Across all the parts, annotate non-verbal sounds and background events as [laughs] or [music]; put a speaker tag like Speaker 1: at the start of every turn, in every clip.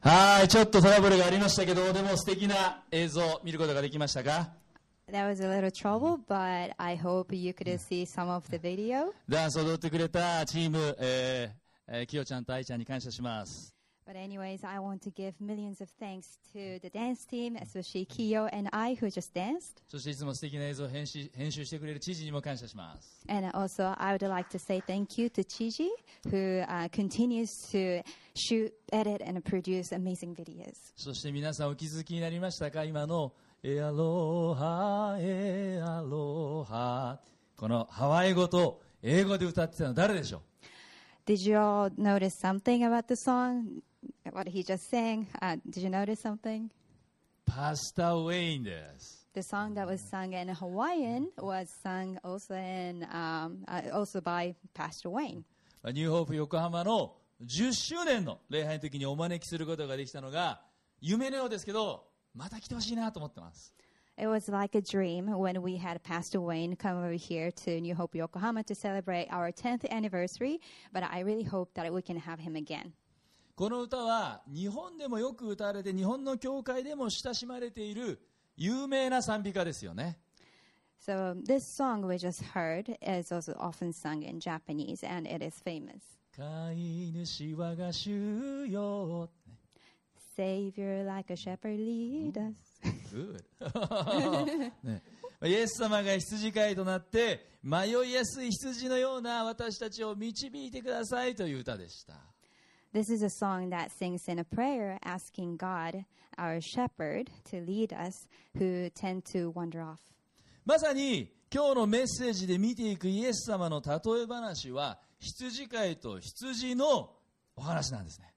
Speaker 1: はい、ちょっとトラブルがありましたけど、でも素敵な映像を見ることができましたか
Speaker 2: That was a little trouble, but I hope you could see some of the video.
Speaker 1: ダンスを踊ってくれたチーム、えーえー、キヨちゃんとアイちゃんに感謝します。
Speaker 2: But anyways, I want to give millions of thanks to the dance team, especially Kiyo and I who just danced.
Speaker 1: そしていつも素敵な映像を編集編集してくれる知事にも感謝します。
Speaker 2: And also, I would like to say thank you to Chiji, who uh, continues to shoot, edit, and produce amazing videos.
Speaker 1: そして皆さんお気づきになりましたか今の、エアロハ、エアロハ。このハワイ語と英語で歌ってたの誰でしょう
Speaker 2: Did you all notice something about the song? What he just sang? Uh, did you notice something?
Speaker 1: パスタウェインです。
Speaker 2: The song that was sung in Hawaiian was sung also in um, uh, also by Pastor Wayne.
Speaker 1: まあニューホープ横浜の10周年の礼拝の時にお招きすることができたのが夢のようですけど、また来てほしいなと思ってます。
Speaker 2: It was like a dream when we had Pastor Wayne come over here to New Hope, Yokohama to celebrate our 10th anniversary, but I really hope that we can have him again.
Speaker 1: この歌は日本でもよく歌われて日本の教会でも親しまれている有名な賛美歌ですよね。
Speaker 2: So, um, this song we just heard is also often sung in Japanese and it is famous.
Speaker 1: 飼い主我が主よ。
Speaker 2: Savior, like a shepherd, lead us.
Speaker 1: Good. [laughs] ねまあイエス様が羊飼いとなって迷いやすい羊のような私たちを導いてくださいという歌でした。
Speaker 2: This is a song that sings in a prayer asking God, our shepherd, to lead us who tend to wander off.
Speaker 1: まさに今日のメッセージで見ていくイエス様の例え話は羊飼いと羊のお話なんですね。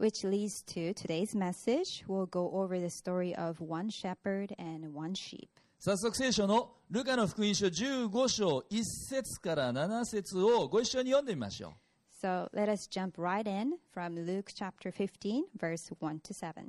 Speaker 2: Which leads to today's message. We'll go over the story of one shepherd and one sheep.
Speaker 1: 早速聖書のルカの福音書15章1節から7節をご一緒に読んでみましょう。
Speaker 2: So let us jump right in from Luke chapter 15, verse 1 to 7.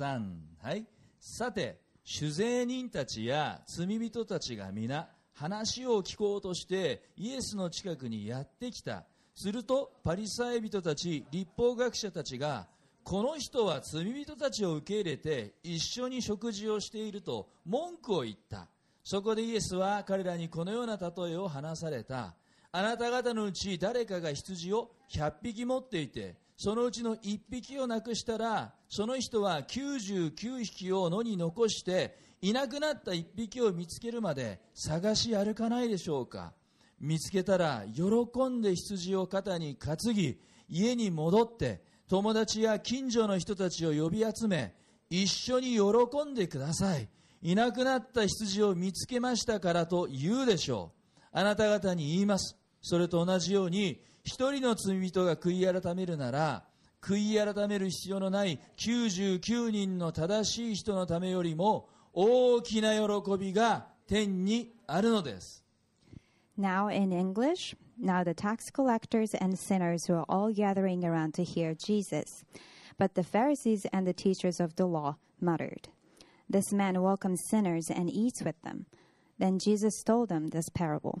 Speaker 1: 3はいさて酒税人たちや罪人たちが皆話を聞こうとしてイエスの近くにやってきたするとパリサイ人たち立法学者たちがこの人は罪人たちを受け入れて一緒に食事をしていると文句を言ったそこでイエスは彼らにこのような例えを話されたあなた方のうち誰かが羊を100匹持っていて、そのうちの1匹をなくしたら、その人は99匹を野に残して、いなくなった1匹を見つけるまで探し歩かないでしょうか。見つけたら喜んで羊を肩に担ぎ、家に戻って、友達や近所の人たちを呼び集め、一緒に喜んでください。いなくなった羊を見つけましたからと言うでしょう。あなた方に言います。それと同じように、一人の罪人が悔い改めるなら、悔い改める必要のない99人の正しい人のためよりも、大きな喜びが天にあるのです。
Speaker 2: Now in English, now the tax collectors and sinners were all gathering around to hear Jesus. But the Pharisees and the teachers of the law muttered, This man welcomes sinners and eats with them. Then Jesus told them this parable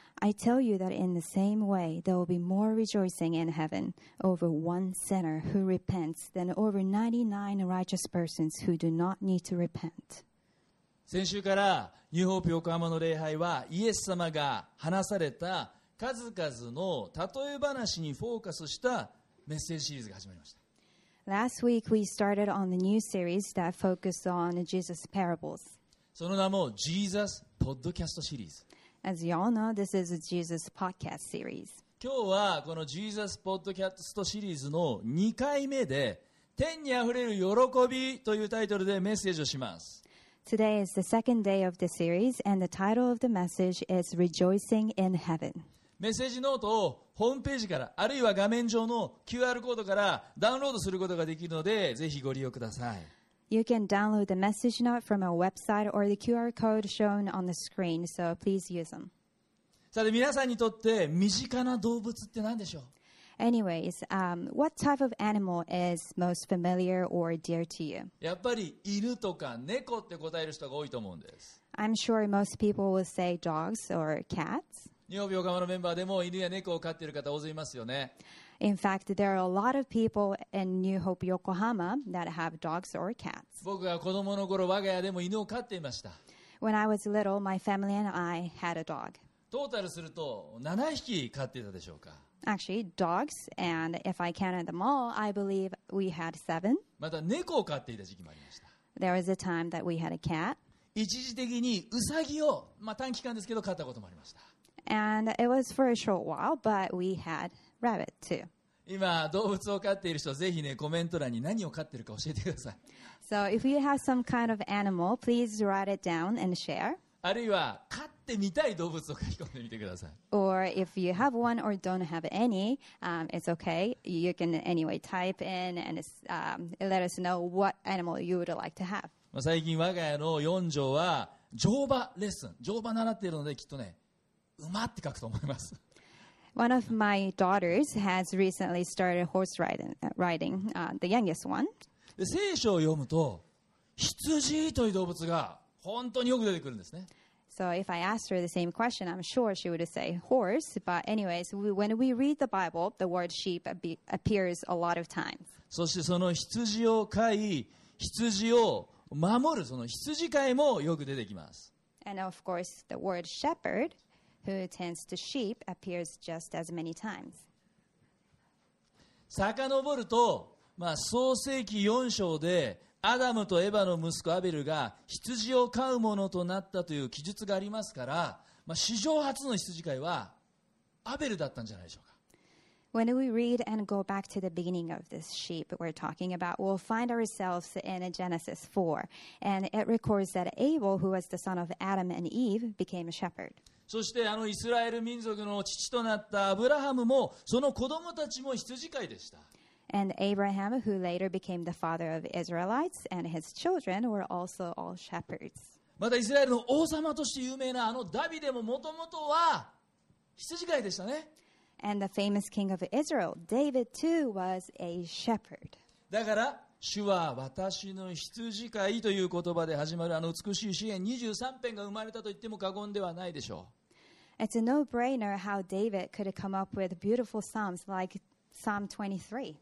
Speaker 2: I tell you that in the same way, there will be more rejoicing in heaven over one sinner who repents than over 99 righteous persons who do not need to repent.
Speaker 1: 先週からニューホープ横浜の礼拝はイエス様が話された数々の例え話にフォーカスしたメッセージシリーズが始まりました。
Speaker 2: Last week, we started on the new series that focused on Jesus' parables.
Speaker 1: その名も Jesus ポッドキャストシリーズ。
Speaker 2: As you all know, this is a Jesus podcast series.
Speaker 1: 今日はこの Jesus ポッドキャストシリーズの2回目で天にあふれる喜びというタイトルでメッセージをします。
Speaker 2: Today is the second day of the series, and the title of the message is Rejoicing in Heaven.
Speaker 1: メッセージノートをホームページからあるいは画面上の QR コードからダウンロードすることができるのでぜひご利用ください。
Speaker 2: You can download the message note from our website or the QR code shown on the screen, so please use them.
Speaker 1: さて皆さんにとって身近な動物って何でしょう
Speaker 2: Anyways, um, what type of animal is most familiar or dear to you?
Speaker 1: やっぱり犬とか猫って答える人が多いと思うんです。
Speaker 2: I'm sure most people will say dogs or cats.
Speaker 1: 日曜日オカマのメンバーでも犬や猫を飼っている方大勢いますよね。
Speaker 2: In fact, there are a lot of people in New Hope, Yokohama that have dogs or cats.
Speaker 1: 僕が子供の頃我が家でも犬を飼っていました。
Speaker 2: When I was little, my family and I had a dog.
Speaker 1: トータルすると7匹飼っていたでしょうか。
Speaker 2: Actually, dogs, and if I counted them all, I believe we had seven.
Speaker 1: また猫を飼っていた時期もありました。
Speaker 2: There was a time that we had a cat,
Speaker 1: 一時的にウサギを、まあ、短期間ですけど飼ったこともありました。
Speaker 2: and it was for a short while, but we had rabbit too.
Speaker 1: 今動物を飼っている人ぜひねコメント欄に何を飼ってるか教えてください
Speaker 2: So if you have some kind of animal, please write it down and share.
Speaker 1: あるいは飼ってみたい動物を書き込んでみてください
Speaker 2: Or if you have one or don't have any, um, it's okay. You can anyway type in and it's, um, let us know what animal you would like to have.
Speaker 1: まあ、最近我が家の4女は乗馬レッスン乗馬習っているのできっとね馬って書くと思います
Speaker 2: One of my daughters has recently started horse riding, uh, riding uh, the youngest one.
Speaker 1: で聖書を読むと羊という動物が本当によく出てくるんですね
Speaker 2: So if I asked her the same question, I'm sure she would say horse. But anyways, we, when we read the Bible, the word sheep appe- appears a lot of times.
Speaker 1: そしてその羊を飼い羊を守るその羊飼いもよく出てきます
Speaker 2: And of course, the word shepherd, who attends to sheep, appears just as many times.
Speaker 1: 遡ると、まあ、創世紀4章でアダムとエバの息子アベルが羊を飼うものとなったという記述がありますから、まあ、史上初の羊飼いはアベルだったんじゃないでしょうか
Speaker 2: When we read and go back to the beginning of this sheep we're talking about, we'll find ourselves in Genesis 4. And it records that Abel, who was the son of Adam and Eve, became a shepherd.
Speaker 1: そしてあのイスラエル民族の父となったアブラハムもその子供たちも羊飼いでした
Speaker 2: And Abraham, who later became the father of Israelites, and his children were also all shepherds.
Speaker 1: またイスラエルの王様として有名なあのダビデももともとは羊飼いでしたね
Speaker 2: And the famous king of Israel, David, too, was a shepherd.
Speaker 1: だから、主は私の羊飼いという言葉で始まるあの美しい詩篇23編が生まれたと言っても過言ではないでしょ
Speaker 2: It's a no brainer how David could have come up with beautiful Psalms like Psalm 23.
Speaker 1: う。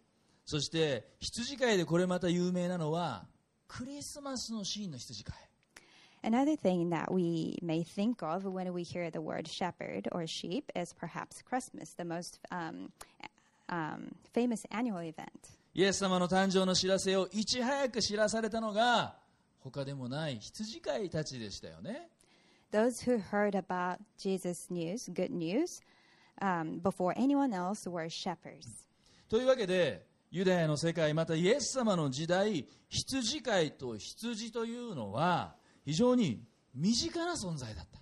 Speaker 1: そして、羊飼いでこれまた有名なのは、クリスマスのシーンの羊飼い。
Speaker 2: Another thing that we may think of when we hear the word shepherd or sheep is perhaps Christmas, the most um, um, famous annual event.
Speaker 1: イエス様の誕生の知らせをいち早く知らされたのが、他でもない羊飼いたちでしたよね。
Speaker 2: Those who heard about Jesus' news, good news, um, before anyone else were shepherds.
Speaker 1: というわけで、ユダヤの世界、またイエス様の時代、羊飼いと羊というのは、非常に身近な存在だった。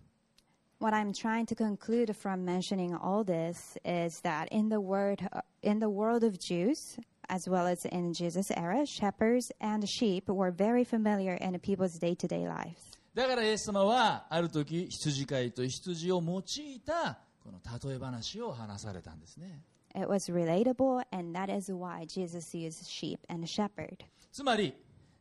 Speaker 2: What I'm trying to conclude from mentioning all this is that in the word uh, in the world of Jews, as well as in Jesus' era, shepherds and sheep were very familiar in people's day-to-day lives.
Speaker 1: だからイエス様はある時羊飼いと羊を用いたこの例え話を話されたんですね
Speaker 2: It was relatable, and that is why Jesus used sheep and shepherd.
Speaker 1: つまり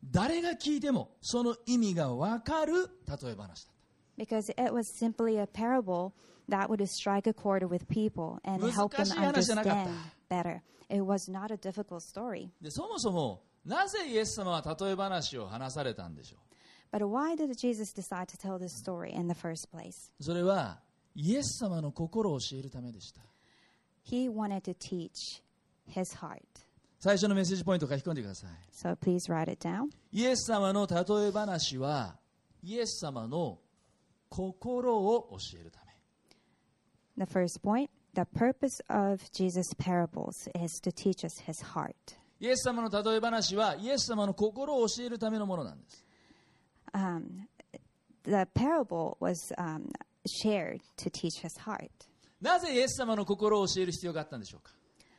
Speaker 1: 誰が聞いてもその意味がわかる例え話だった
Speaker 2: Because it was simply a parable that would strike a chord with people and help them
Speaker 1: 難しい話じゃなかった。
Speaker 2: understand better. It was not a difficult story.
Speaker 1: でそもそもなぜイエス様は例え話を話されたんでしょ
Speaker 2: But why did Jesus decide to tell this story in the first place?
Speaker 1: うそれはイエス様の心を教えるためでした
Speaker 2: He wanted to teach his heart.
Speaker 1: 最初のメッセージポイント書き込んでくださ
Speaker 2: So please write it down.
Speaker 1: いイエス様の例え話はイエス様の心を教えるため
Speaker 2: The first point the purpose of Jesus' parables is to teach us his heart.
Speaker 1: イエス様の例え話はイエス様の心を教えるためのものなんです。
Speaker 2: Um, the parable was um, shared to teach his heart.
Speaker 1: なぜイエス様の心を教える必要があったんでしょうか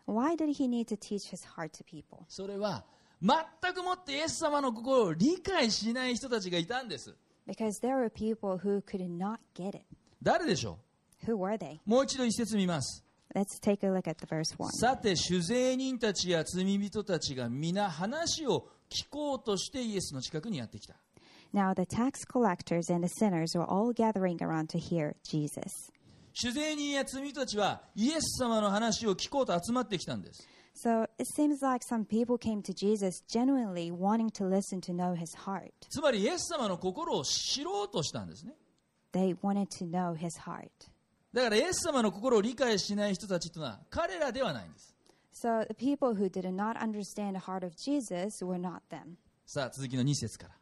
Speaker 2: Why did he need to teach his heart to people?
Speaker 1: それは全くもってイエス様の心を理解しない人たちがいたんです
Speaker 2: because there were people who could not get it.
Speaker 1: 誰でしょ
Speaker 2: Who were they?
Speaker 1: うもう一度一節見ます
Speaker 2: Let's take a look at the verse 1.
Speaker 1: さて酒税人たちや罪人たちが皆話を聞こうとしてイエスの近くにやってきた
Speaker 2: Now the tax collectors and the sinners were all gathering around to hear Jesus.
Speaker 1: 酒税人や罪人たちはイエス様の話を聞こうと集まってきたんです
Speaker 2: So it seems like some people came to Jesus genuinely wanting to listen to know his heart.
Speaker 1: つまりイエス様の心を知ろうとしたんですね
Speaker 2: They wanted to know his heart.
Speaker 1: だからイエス様の心を理解しない人たちというのは彼らではないんです
Speaker 2: So the people who did not understand the heart of Jesus were not them.
Speaker 1: さあ続きの2節から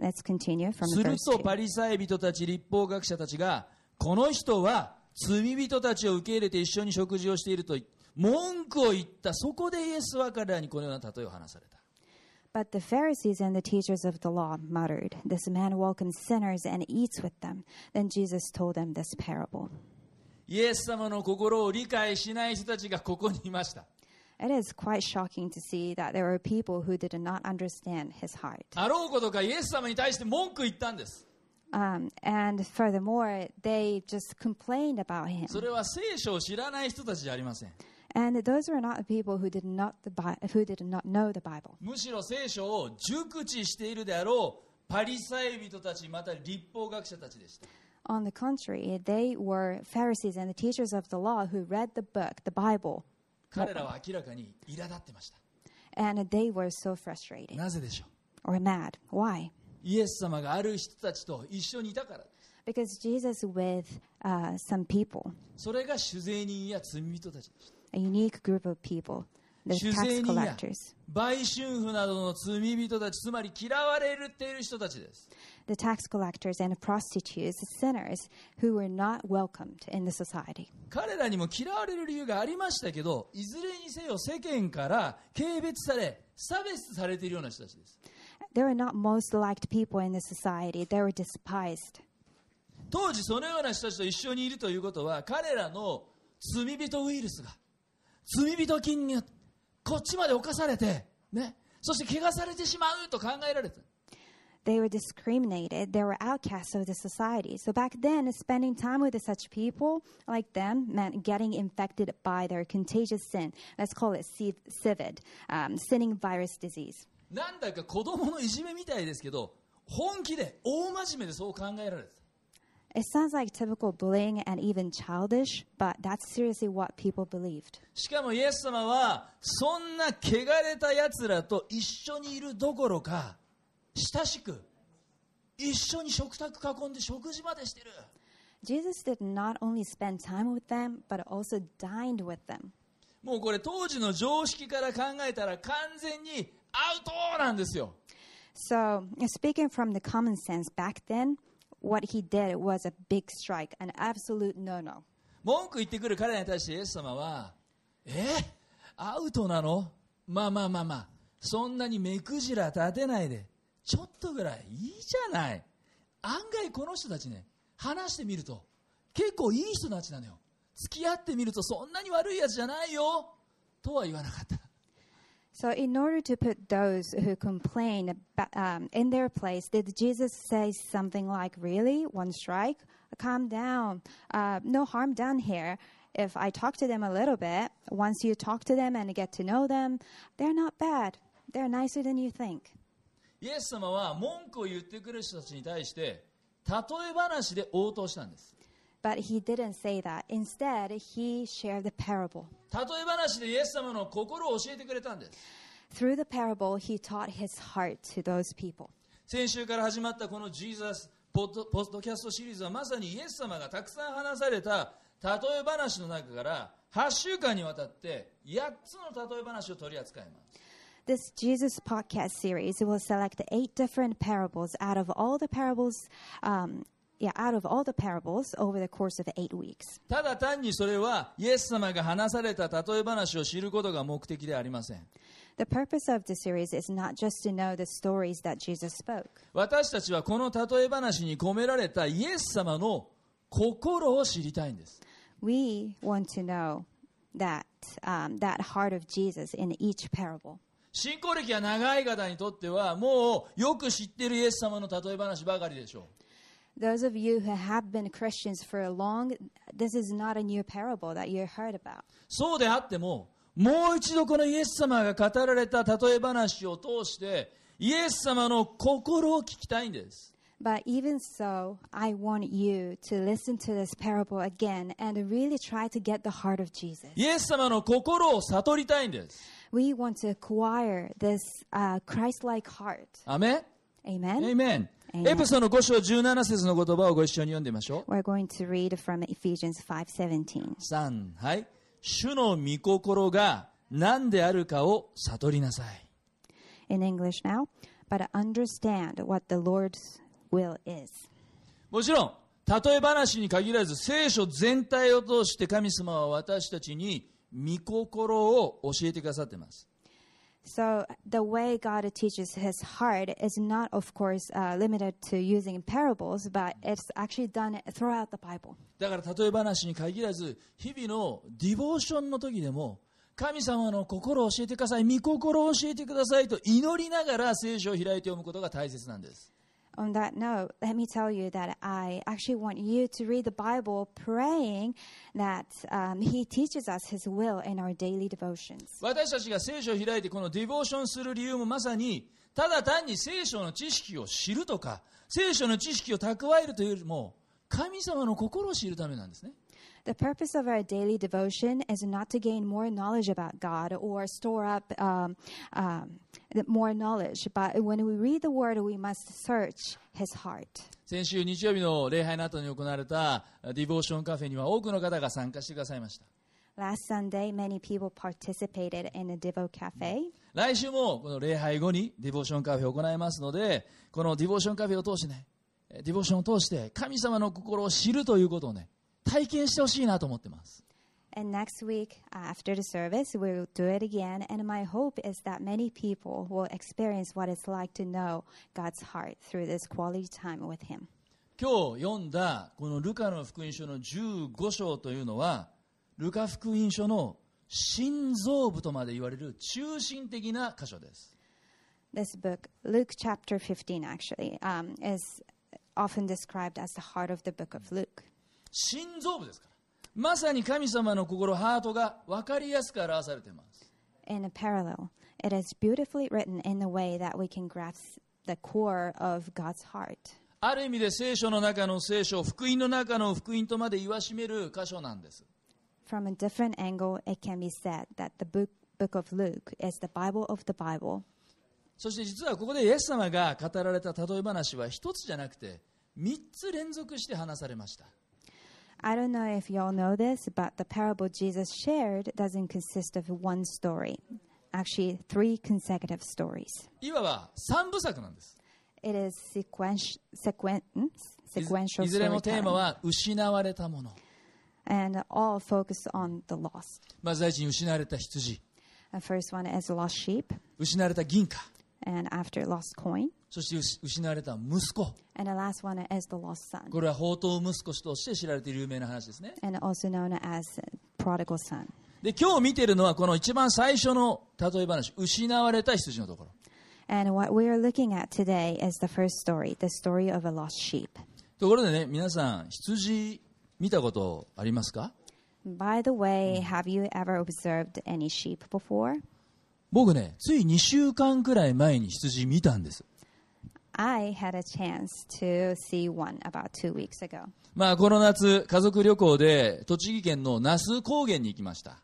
Speaker 2: Let's continue from
Speaker 1: する
Speaker 2: verse
Speaker 1: と
Speaker 2: two.
Speaker 1: パリサイ人たち立法学者たちがこの人は罪人たちを受け入れて一緒に食事をしていると文句を言ったそこでイエスは彼らにこのような例えを話された
Speaker 2: But the Pharisees and the teachers of the law muttered, This man welcomes sinners and eats with them. Then Jesus told them this parable.
Speaker 1: イエス様の心を理解しない人たちがここにいました
Speaker 2: It is quite shocking to see that there were people who did not understand his heart.
Speaker 1: あろうことかイエス様に対して文句言ったんです
Speaker 2: Um, and furthermore, they just complained about him.
Speaker 1: それは聖書を知らない人たちじゃありません
Speaker 2: And those were not the people who did not the Bi- who did not know the Bible.
Speaker 1: むしろ聖書を熟知しているであろうパリサイ人たちまた立法学者たちでした
Speaker 2: On the contrary, they were Pharisees and the teachers of the law who read the book, the Bible,
Speaker 1: 彼らは明らかに苛立ってました
Speaker 2: and they were so frustrated
Speaker 1: なぜでしょう
Speaker 2: or mad. Why?
Speaker 1: イエス様がある人たちと一緒にいたから
Speaker 2: Because Jesus with uh, some people,
Speaker 1: それが酒税人や罪人たちでし
Speaker 2: a unique group of people,
Speaker 1: た
Speaker 2: the
Speaker 1: 酒
Speaker 2: tax
Speaker 1: 税人や
Speaker 2: collectors,
Speaker 1: 売春婦などの罪人たちつまり嫌われている人たちです
Speaker 2: the tax collectors and the prostitutes, the sinners who were not welcomed in the society.
Speaker 1: 彼らにも嫌われる理由がありましたけどいずれにせよ世間から軽蔑され差別されているような人たちです
Speaker 2: They were not most liked people in the society. They were despised.
Speaker 1: 当時そのような人たちと一緒にいるということは彼らの罪人ウイルスが罪人菌にこっちまで侵されてねそして汚されてしまうと考えられた
Speaker 2: They were discriminated. They were outcasts of the society. So back then, spending time with such people like them meant getting infected by their contagious sin. Let's call it C- CIVID, um, sinning virus disease.
Speaker 1: なんだか子供のいじめみたいですけど本気で大真面目でそう考えられてた
Speaker 2: It sounds like typical bullying and even childish, but that's seriously what people believed.
Speaker 1: しかもイエス様はそんな汚れたやつらと一緒にいるどころか親しく一緒に食卓囲んで食事までしてる
Speaker 2: Jesus did not only spend time with them, but also dined with them.
Speaker 1: もうこれ当時の常識から考えたら完全にアウトなんですよ
Speaker 2: So, speaking from the common sense back then, what he did was a big strike, an absolute no no.
Speaker 1: 文句言ってくる彼らに対してイエス様はえアウトなのまあまあまあまあそんなに目くじら立てないでちょっとぐらいいいじゃない案外この人たちね話してみると結構いい人たちなのよ付き合ってみるとそんなに悪いやつじゃないよとは言わなかった
Speaker 2: So, in order to put those who complain ab- um, in their place, did Jesus say something like, Really? One strike? Calm down. Uh, no harm done here. If I talk to them a little bit, once you talk to them and get to know them, they're not bad. They're nicer than you think.
Speaker 1: イエス様は文句を言ってくる人たちに対して例え話で応答したんです
Speaker 2: But he didn't say that. Instead, he shared the parable.
Speaker 1: 例え話でイエス様の心を教えてくれたんです
Speaker 2: Through the parable, he taught his heart to those people.
Speaker 1: 先週から始まったこの Jesus ポッドポッドキャストシリーズはまさにイエス様がたくさん話された例え話の中から8週間にわたって8つの例え話を取り扱います
Speaker 2: This Jesus podcast series will select eight different parables out of all the parables, um, yeah, out of all the parables over the course of eight weeks.
Speaker 1: ただ単にそれはイエス様が話された例え話を知ることが目的ではありません
Speaker 2: The purpose of the series is not just to know the stories that Jesus spoke.
Speaker 1: 私たちはこの例え話に込められたイエス様の心を知りたいんです
Speaker 2: We want to know that um, that heart of Jesus in each parable.
Speaker 1: 酒信仰歴が長い方にとってはもうよく知ってるイエス様の例え話ばかりでしょう
Speaker 2: Those of you who have been Christians for a long, this is not a new parable that you heard about.
Speaker 1: そうであってももう一度このイエス様が語られた例え話を通してイエス様の心を聞きたいんです
Speaker 2: But even so, I want you to listen to this parable again and really try to get the heart of Jesus.
Speaker 1: イエス様の心を悟りたいんです
Speaker 2: We want to acquire this uh, Christ like heart.
Speaker 1: アメン
Speaker 2: Amen?
Speaker 1: エイメン
Speaker 2: Amen.
Speaker 1: エペソの5章17節の言葉をご一緒に読んでみましょう
Speaker 2: We're going to read from Ephesians 5:17.
Speaker 1: 3はい主の御心が何であるかを悟りなさい
Speaker 2: in English now, but understand what the Lord's will is.
Speaker 1: もちろん例え話に限らず聖書全体を通して神様は私たちに御心を教えてくださっています
Speaker 2: So the way God teaches His heart is not, of course, uh, limited to using parables, but it's actually done throughout the Bible.
Speaker 1: だから例え話に限らず日々のディボーションの時でも神様の心を教えてください御心を教えてくださいと祈りながら聖書を開いて読むことが大切なんです
Speaker 2: On that note, let me tell you that I actually want you to read the Bible, praying that um, He teaches us His will in our daily devotions.
Speaker 1: 私たちが聖書を開いてこのディボーションする理由もまさにただ単に聖書の知識を知るとか聖書の知識を蓄えるというよりも神様の心を知るためなんですね
Speaker 2: The purpose of our daily devotion is not to gain more knowledge about God or store up um, um, th- more knowledge, but when we read the Word, we must search His heart.
Speaker 1: 先週日曜日の礼拝の後に行われたディボーションカフェには多くの方が参加してくださいました
Speaker 2: Last Sunday, many people participated in a Devo Cafe.
Speaker 1: 来週もこの礼拝後にディボーションカフェを行いますのでこのディボーションカフェを通してねえディボーションを通して神様の心を知るということをね体験してほしいなと思ってます
Speaker 2: And next week, uh, after the service, we'll do it again. And my hope is that many people will experience what it's like to know God's heart through this quality time with Him.
Speaker 1: 今日読んだこのルカの福音書の15章というのはルカ福音書の心臓部とまで言われる中心的な箇所です
Speaker 2: This book, Luke chapter 15, actually, um, is often described as the heart of the book of Luke.
Speaker 1: 心臓部ですからまさに神様の心ハートが分かりやすく表されています
Speaker 2: In a parallel, it is beautifully written in a way that we can grasp the core of God's heart.
Speaker 1: ある意味で聖書の中の聖書福音の中の福音とまで言わしめる箇所なんです
Speaker 2: From a different angle, it can be said that the book, book of Luke is the Bible of the Bible.
Speaker 1: そして実はここでイエス様が語られた例え話は一つじゃなくて三つ連続して話されました
Speaker 2: I don't know if y'all know this, but the parable Jesus shared doesn't consist of one story, actually, three consecutive stories.
Speaker 1: いわば三部作なんです
Speaker 2: It is sequential, sequen, mm?
Speaker 1: いず
Speaker 2: sequential
Speaker 1: いずれもテーマ
Speaker 2: storytelling,
Speaker 1: は失われたもの
Speaker 2: and all focus on the lost.
Speaker 1: まず第一に失われた羊
Speaker 2: The first one is lost sheep,
Speaker 1: 失われた銀貨
Speaker 2: and after lost coin,
Speaker 1: そしてうし失われた息子
Speaker 2: and the last one is the lost son,
Speaker 1: これは宝刀息子として知られている有名な話ですね
Speaker 2: and also known as prodigal son.
Speaker 1: で今日見てるのはこの一番最初の例え話失われた羊のところ
Speaker 2: And what we are looking at today is the first story, the story of a lost sheep.
Speaker 1: ところでね皆さん羊見たことありますか
Speaker 2: By the way, have you ever observed any sheep before?
Speaker 1: 僕ねつい2週間くらい前に羊見たんです
Speaker 2: I had a chance to see one about two weeks ago.
Speaker 1: まあこの夏家族旅行で栃木県の那須高原に行きました、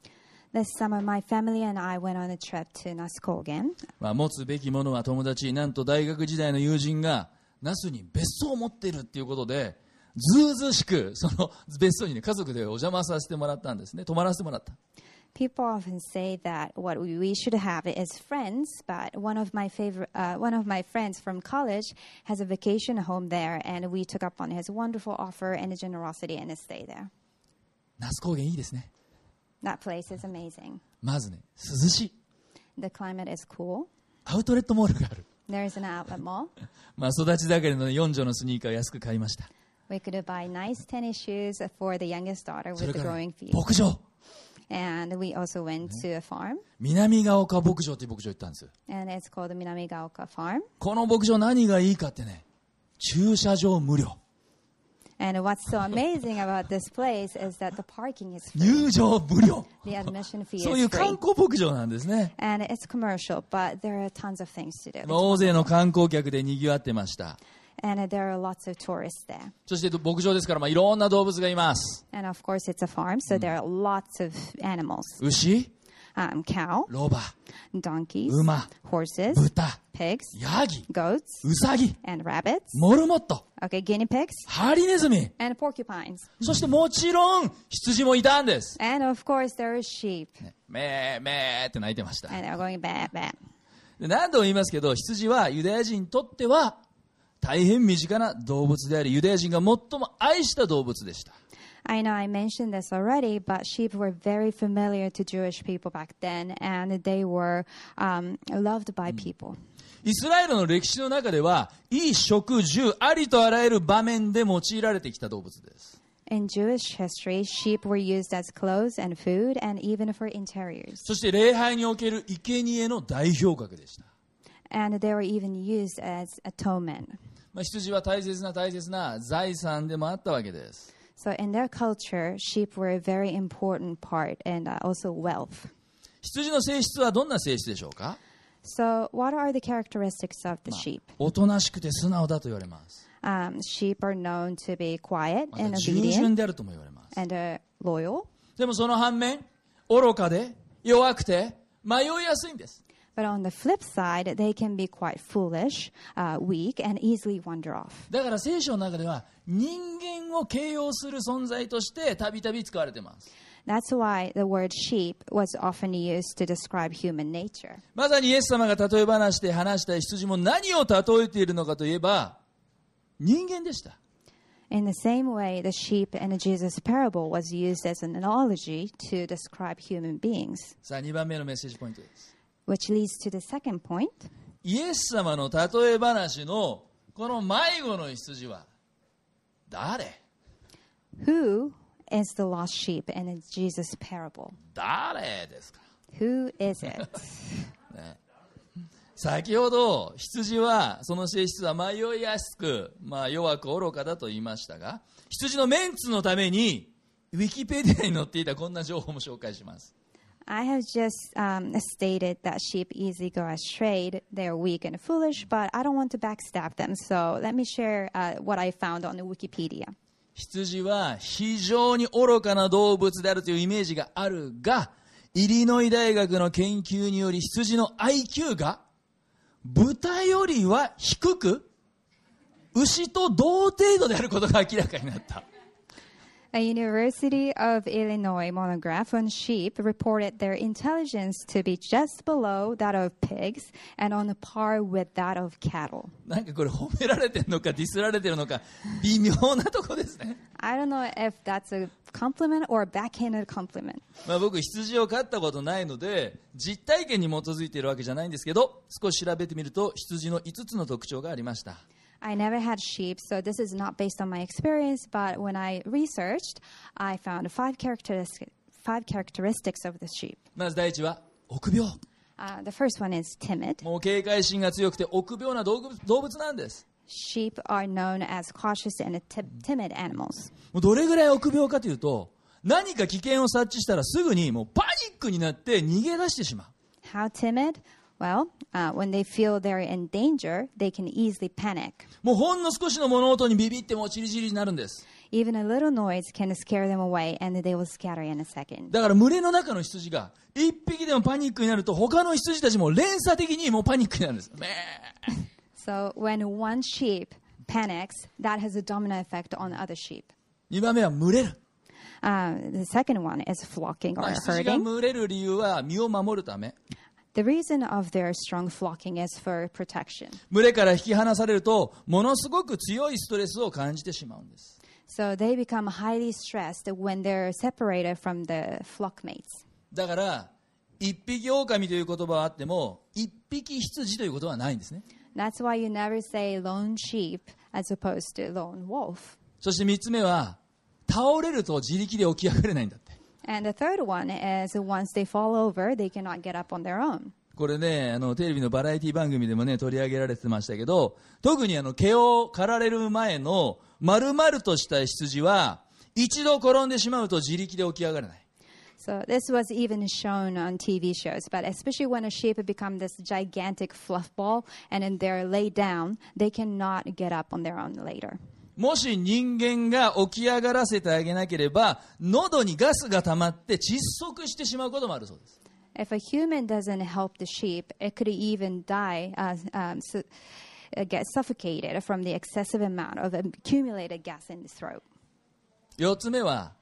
Speaker 2: This summer, my family and I went on a trip to Naskogen.
Speaker 1: まあ、持つべきものは友達なんと大学時代の友人が那須に別荘を持ってるっていうことでずうずうしくその別荘にね家族でお邪魔させてもらったんですね泊まらせてもらった
Speaker 2: People often say that what we we should have is friends, but one of my favorite, uh, one of my friends from college has a vacation home there, and we took up on his wonderful offer and the generosity and a stay there.
Speaker 1: 那須高原いいですね
Speaker 2: That place is amazing.
Speaker 1: まずね涼しい
Speaker 2: The climate is cool.
Speaker 1: アウトレットモールがある、
Speaker 2: There is an outlet mall.
Speaker 1: まあ、育ち盛りの4畳のスニーカーを安く買いました
Speaker 2: We could buy nice tennis shoes for the youngest daughter
Speaker 1: そ
Speaker 2: with
Speaker 1: れ
Speaker 2: the
Speaker 1: から
Speaker 2: growing
Speaker 1: ね
Speaker 2: feet.
Speaker 1: 牧場
Speaker 2: And we also went to a farm,
Speaker 1: 南ヶ丘牧場っていう牧場行ったんです。
Speaker 2: and it's called the Minamigaoka Farm.
Speaker 1: この牧場何がいいかってね、駐車場無料。
Speaker 2: And what's so amazing about this place is that the parking is free,
Speaker 1: 入場無料。
Speaker 2: the admission fee
Speaker 1: そういう
Speaker 2: is
Speaker 1: 観
Speaker 2: free.
Speaker 1: 光牧場なんですね。
Speaker 2: And it's commercial, but there are tons of things to do.
Speaker 1: まあ大勢の観光客で賑わってました。
Speaker 2: And uh, there are lots of tourists there.
Speaker 1: そして牧場ですから、まあ、いろんな動物がいます。
Speaker 2: And of course, it's a farm, so there are lots of animals
Speaker 1: 牛、
Speaker 2: um, cow,
Speaker 1: ロバ、
Speaker 2: donkeys,
Speaker 1: 馬、
Speaker 2: horses,
Speaker 1: 豚、
Speaker 2: pigs,
Speaker 1: ヤギ、
Speaker 2: goats,
Speaker 1: ウサギ、
Speaker 2: and rabbits.
Speaker 1: モルモット、
Speaker 2: Okay, guinea pigs,
Speaker 1: ハリネズミ、
Speaker 2: and porcupines.
Speaker 1: そしてもちろん羊もいたんです。
Speaker 2: And of course, there are sheep,
Speaker 1: めーめーって鳴いてました。
Speaker 2: and they're going baa baa.
Speaker 1: で何度も言いますけど、羊はユダヤ人にとっては大変身近な動物であり、ユダヤ人が最も愛した動物でした。
Speaker 2: I know I mentioned this already, but sheep were very familiar to Jewish people back then, and they were um, loved by people.
Speaker 1: イスラエルの歴史の中では、いい食住、ありとあらゆる場面で用いられてきた動物です。
Speaker 2: In Jewish history, sheep were used as clothes and food, and even for interiors.
Speaker 1: そして礼拝における生贄の代表格でした。
Speaker 2: And they were even used as atonement.
Speaker 1: まあ、羊は大切な大切な財産でもあったわけです。
Speaker 2: So, in their culture, sheep were a very important part and uh, also wealth.
Speaker 1: 羊の性質はどんな性質でしょうか
Speaker 2: So, what are the characteristics of the sheep?
Speaker 1: おとなしくて素直だと言われます。
Speaker 2: Um, sheep are known to be quiet
Speaker 1: ま
Speaker 2: and
Speaker 1: た従順
Speaker 2: obedient
Speaker 1: であるとも言われます。
Speaker 2: and uh, loyal.
Speaker 1: でもその反面、愚かで、弱くて、迷いやすいんです。
Speaker 2: But on the flip side, they can be quite foolish, uh, weak, and easily wander off.
Speaker 1: だから聖書の中では人間を形容する存在としてたびたび使われています。
Speaker 2: That's why the word sheep was often used to describe human nature.
Speaker 1: まさにイエス様が例え話で話した羊も何を例えているのかといえば、人間でした。
Speaker 2: In the same way, the sheep in Jesus' parable was used as an analogy to describe human beings,
Speaker 1: さあ2番目のメッセージポイントです。
Speaker 2: which leads to the second point.
Speaker 1: イエス様の例え話のこの迷子の羊は誰
Speaker 2: Who is the lost sheep in Jesus' parable?
Speaker 1: 誰ですか
Speaker 2: Who is it?
Speaker 1: 先ほど羊はその性質は迷いやすく、まあ、弱く愚かだと言いましたが羊のメンツのためにウィキペディアに載っていたこんな情報も紹介します
Speaker 2: I have just um, stated that sheep easily go astray. They're weak and foolish, but I don't want to backstab them. So let me share uh, what I found on Wikipedia.
Speaker 1: 羊は非常に愚かな動物であるというイメージがあるがイリノイ大学の研究により羊の IQ が豚よりは低く牛と同程度であることが明らかになった
Speaker 2: A University of Illinois monograph on sheep reported their intelligence to be just below that of pigs and on par with that of cattle.
Speaker 1: なんかこれ褒められてるのかディスられてるのか微妙なとこですね [laughs]
Speaker 2: I don't know if that's a compliment or a backhanded compliment.
Speaker 1: まあ、僕羊を飼ったことないので実体験に基づいているわけじゃないんですけど少し調べてみると羊の5つの特徴がありました
Speaker 2: I never had sheep, so this is not based on my experience, but when I researched, I found five, characteristic, five characteristics of the sheep.
Speaker 1: まず第一は臆病
Speaker 2: Uh, the first one is timid.
Speaker 1: もう警戒心が強くて臆病な動物動物なんです
Speaker 2: Sheep are known as cautious and ti- timid animals.
Speaker 1: もうどれぐらい臆病かというと何か危険を察知したらすぐにもうパニックになって逃げ出してしまう
Speaker 2: How timid? Well, uh, when they feel they're in danger, they can easily panic.
Speaker 1: もうほんの少しの物音にビビってもうチリチリになるんです
Speaker 2: Even a little noise can scare them away, and they will scatter in a second.
Speaker 1: だから群れの中の羊が1匹でもパニックになると他の羊たちも連鎖的にもうパニックになるんですめー
Speaker 2: So, when one sheep panics, that has a domino effect on other sheep.
Speaker 1: 2番目は群れる
Speaker 2: Uh, the second one is flocking
Speaker 1: まあ
Speaker 2: or
Speaker 1: 羊が
Speaker 2: herding.
Speaker 1: 群れる理由は身を守るため
Speaker 2: The reason of their strong flocking is for protection.
Speaker 1: 群れから引き離されるとものすごく強いストレスを感じてしまうんです
Speaker 2: So they become highly stressed when they're separated from the flock mates.
Speaker 1: だから一匹狼という言葉はあっても一匹羊ということはないんですね
Speaker 2: That's why you never say lone sheep as opposed to lone wolf.
Speaker 1: そして3つ目は倒れると自力で起き上がれないんだって
Speaker 2: And the third one is once they fall over, they cannot get up on their own.
Speaker 1: これね、あの、テレビのバラエティ番組でもね、取り上げられてましたけど、特にあの、毛を刈られる前の、丸々とした羊は、一度転んでしまうと自力で起き上がれない。
Speaker 2: So this was even shown on TV shows, but especially when a sheep become this gigantic fluff ball and then they're laid down, they cannot get up on their own later.
Speaker 1: もし人間が起き上がらせてあげなければ、喉にガスが溜まって窒息してしまうこともあるそうです。
Speaker 2: If a human doesn't help the sheep, it could even die, uh, um, su- uh, get suffocated from the excessive amount of accumulated gas in the throat.
Speaker 1: 四つ目は、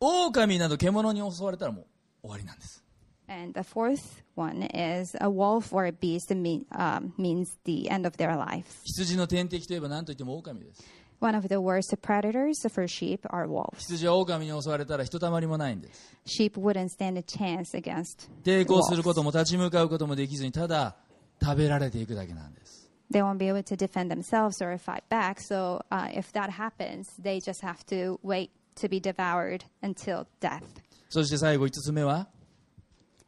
Speaker 1: 狼など獣に襲われたらもう終わりなんです。
Speaker 2: And the fourth one is a wolf or a beast mean, um, means the end of their life.
Speaker 1: 羊の天敵といえば何といっても狼です。
Speaker 2: One of the worst predators for sheep are wolves.
Speaker 1: 羊は狼に襲われたらひとたまりもないんです。
Speaker 2: Sheep wouldn't stand a chance against
Speaker 1: 抵抗する
Speaker 2: wolves.
Speaker 1: ことも立ち向かうこともできずにただ食べられていくだけなんです
Speaker 2: They won't be able to defend themselves or fight back. So uh, if that happens, they just have to wait to be devoured until death.
Speaker 1: そして最後5つ目は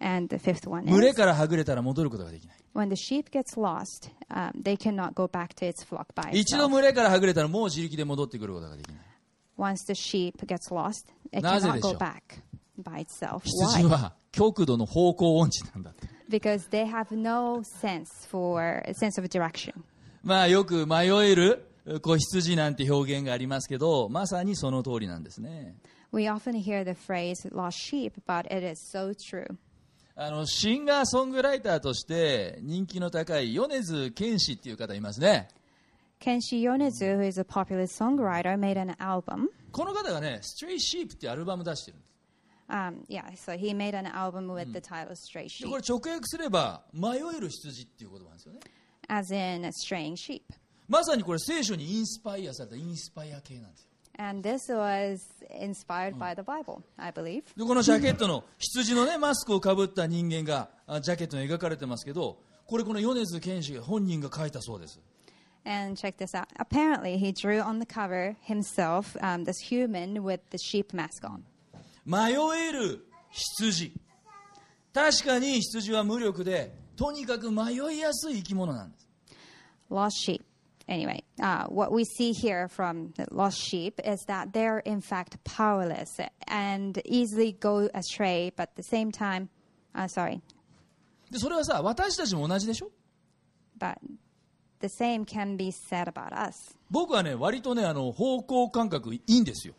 Speaker 2: And the fifth one
Speaker 1: 群れ
Speaker 2: is
Speaker 1: からはぐれたら戻ることができない
Speaker 2: when the sheep gets lost, um, they cannot go back to its flock by
Speaker 1: 一度
Speaker 2: itself.
Speaker 1: 群れからはぐれたらもう自力で戻ってくることができない
Speaker 2: Once the sheep gets lost, it
Speaker 1: なぜ
Speaker 2: cannot
Speaker 1: でしょう？
Speaker 2: go back by itself.
Speaker 1: 羊
Speaker 2: Why?
Speaker 1: は極度の方向音痴なんだって
Speaker 2: Because they have no sense for sense of direction.
Speaker 1: まあよく迷える子羊なんて表現がありますけどまさにその通りなんですね
Speaker 2: We often hear the phrase "lost sheep," but it is so true.
Speaker 1: あのシンガーソングライターとして人気の高い米津玄師っていう方いますね
Speaker 2: Kenshi Yonezu, who is a popular songwriter, made an album.
Speaker 1: この方がね「ストレイシープ」ってアルバム出してるんです
Speaker 2: Um, yeah, so he made an album with the title "Stray
Speaker 1: でこ
Speaker 2: Sheep,"
Speaker 1: れ直訳すれば迷える羊っていう言葉なんですよね
Speaker 2: as in straying sheep.
Speaker 1: まさにこれ聖書にインスパイアされたインスパイア系なんですよ
Speaker 2: And this was inspired by the Bible, I believe.
Speaker 1: でこのジャケットの羊のね [laughs] マスクをかぶった人間があジャケットに描かれてますけどこれこの米津玄師が本人が描いたそうです
Speaker 2: And check this out. Apparently, he drew on the cover himself um, this human with the sheep mask on.
Speaker 1: 迷える羊確かに羊は無力でとにかく迷いやすい生き物なんです
Speaker 2: Lost sheep. Anyway, uh, what we see here from the lost sheep is that they're in fact powerless and easily go astray, but at the same time, uh, sorry,
Speaker 1: でそれはさ私たちも同じでしょ
Speaker 2: but the same can be said about us.
Speaker 1: 僕はね割とねあの方向感覚いいんですよ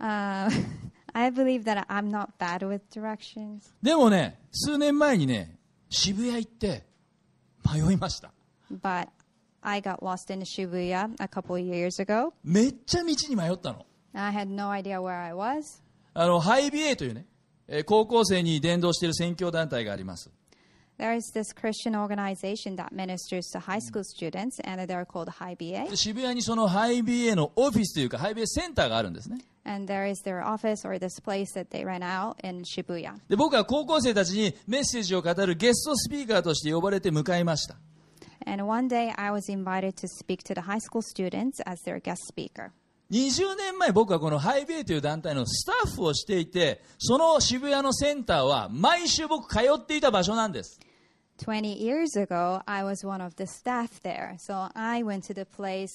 Speaker 2: Uh, [laughs] I believe that I'm not bad with directions,
Speaker 1: でもね、数年前にね、渋谷行って迷いました。
Speaker 2: but I got lost in Shibuya a couple of years ago.
Speaker 1: めっちゃ道に迷ったの。
Speaker 2: I had no idea where I was.
Speaker 1: あの、ハイビエというね、えー高校生に伝道している宣教団体があります。
Speaker 2: There is this Christian organization that ministers to high school students, and they're called High BA.
Speaker 1: で渋谷にそのハイビエのオフィスというか、ハイビエセンターがあるんですね。
Speaker 2: And there is their office or this place that they rent out in Shibuya.
Speaker 1: で、僕は高校生たちにメッセージを語るゲストスピーカーとして呼ばれて向かいました。
Speaker 2: And one day I was invited to speak to the high school students as their guest speaker.
Speaker 1: 20年前僕はこのハイビエという団体のスタッフをしていて、その渋谷のセンターは毎週僕通っていた場所なんです。
Speaker 2: 20 years ago, I was one of the staff there, so I went to the place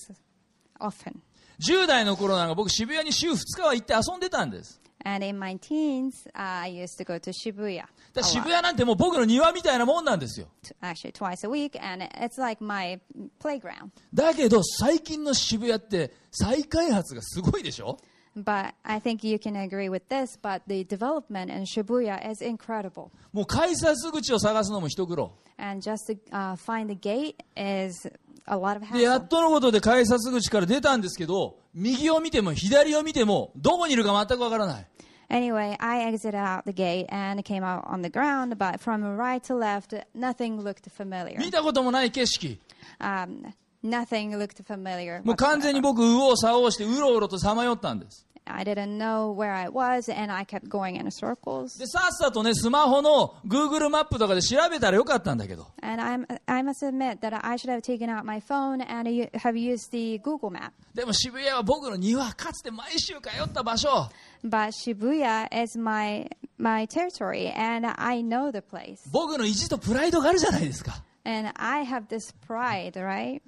Speaker 2: often.
Speaker 1: 10代の頃なんか僕渋谷に週2日は行って遊んでたんです。
Speaker 2: And in my teens, I used to go to Shibuya.
Speaker 1: だから
Speaker 2: a
Speaker 1: 渋
Speaker 2: lot.
Speaker 1: 谷なんてもう僕の庭みたいなもんなんですよ。
Speaker 2: t- actually twice a week, and it's like my playground.
Speaker 1: だけど最近の渋谷って再開発がすごいでしょ
Speaker 2: But I think you can agree with this, but the development in Shibuya is incredible.
Speaker 1: もう改札口を探すのも一苦労。
Speaker 2: And just to uh, find the gate is a lot of
Speaker 1: で、や
Speaker 2: hassle.
Speaker 1: っとのことで改札口から出たんですけど、右を見ても左を見ても、どこにいるか全くわからない。
Speaker 2: Anyway, I exited out the gate and came out on the ground, but from right to left, nothing looked familiar.
Speaker 1: 見たこともない景色。
Speaker 2: Um, nothing looked familiar.
Speaker 1: もう完全に
Speaker 2: whatsoever.
Speaker 1: 僕、右往左往して、うろうろとさまよったんです。
Speaker 2: I didn't know where I was, and I kept going in circles.
Speaker 1: で、さっさとね、スマホの Google マップとかで調べたらよかったんだけど。
Speaker 2: And I'm, I must admit that I should have taken out my phone and I have used the Google Map.
Speaker 1: でも渋谷は僕の庭、かつて毎週通った場所。
Speaker 2: but Shibuya is my my territory, and I know the place,
Speaker 1: 僕の意地とプライドがあるじゃないですか
Speaker 2: and I have this pride, right?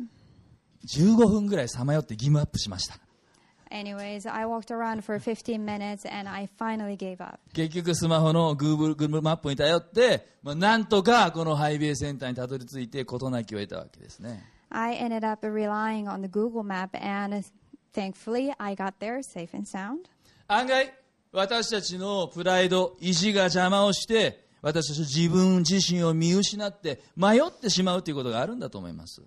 Speaker 1: 15分ぐらいさまよってギムアップしました
Speaker 2: Anyways, I walked around for 15 minutes, and I finally gave up.
Speaker 1: 結局スマホの Google, Google マップに頼って、まあ、なんとかこのハイビエセンターにたどり着いて事なきを得たわけですね
Speaker 2: I ended up relying on the Google Map, and thankfully, I got there safe and sound.
Speaker 1: 案外私たちのプライド意地が邪魔をして私たち自分自身を見失って迷ってしまうということがあるんだと思います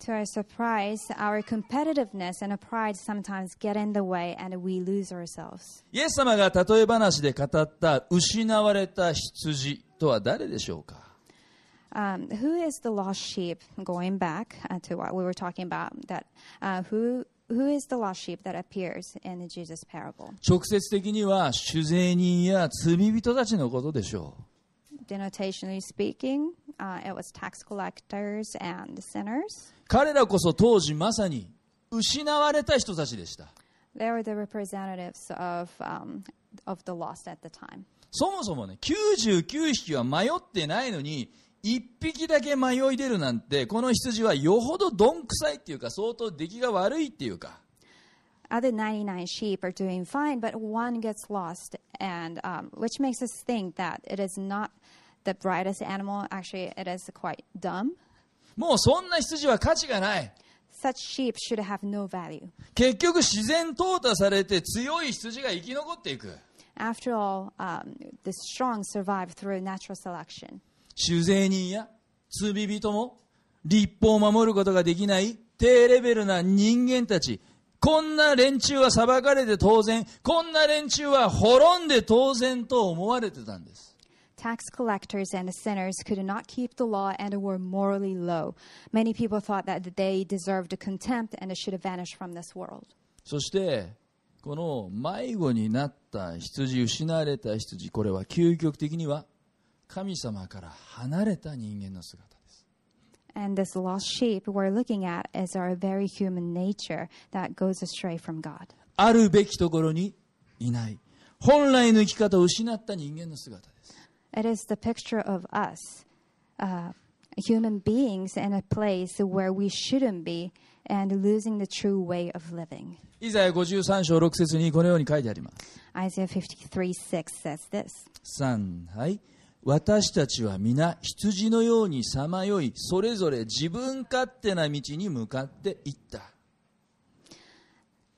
Speaker 2: To our surprise, our competitiveness and our pride sometimes get in the way, and we lose ourselves.
Speaker 1: イエス様が例え話で語った失われた羊とは誰でしょうか
Speaker 2: Um, who is the lost sheep? Going back uh, to what we were talking about, that uh, who who is the lost sheep that appears in the Jesus parable?
Speaker 1: 直接的には酒税人や罪人たちのことでしょう
Speaker 2: Denotationally speaking, uh, it was tax collectors and sinners.
Speaker 1: 彼らこそ当時まさに失われた人たちでした
Speaker 2: They were the representatives of um, of the lost at the time.
Speaker 1: そもそもね99匹は迷ってないのに1匹だけ迷い出るなんてこの羊はよほどどんくさいっていうか相当出来が悪いっていうか
Speaker 2: Other 99 sheep are doing fine, but one gets lost, and um, which makes us think that it is not the brightest animal. Actually, it is quite dumb.
Speaker 1: もうそんな羊は価値がない
Speaker 2: Such sheep should have no value.
Speaker 1: 結局自然淘汰されて強い羊が生き残っていく
Speaker 2: After all, um, the strong survive through natural selection.
Speaker 1: 酒税人や罪人も立法を守ることができない低レベルな人間たちこんな連中は裁かれて当然こんな連中は滅んで当然と思われてたんです
Speaker 2: Tax collectors and sinners could not keep the law and were morally low. Many people thought that they deserved contempt and should vanish from this world.
Speaker 1: そしてこの迷子になった羊失われた羊これは究極的には神様から離れた人間の姿です
Speaker 2: And this lost sheep we're looking at is our very human nature that goes astray from God.
Speaker 1: あるべきところにいない本来の生き方を失った人間の姿です
Speaker 2: It is the picture of us, uh, human beings in a place where we shouldn't be and losing the true way of living.
Speaker 1: イザヤ53章6節にこのように書いてあります
Speaker 2: Isaiah 53 6 says this
Speaker 1: 3はい私たちは皆羊のようにさまよいそれぞれ自分勝手な道に向かっていった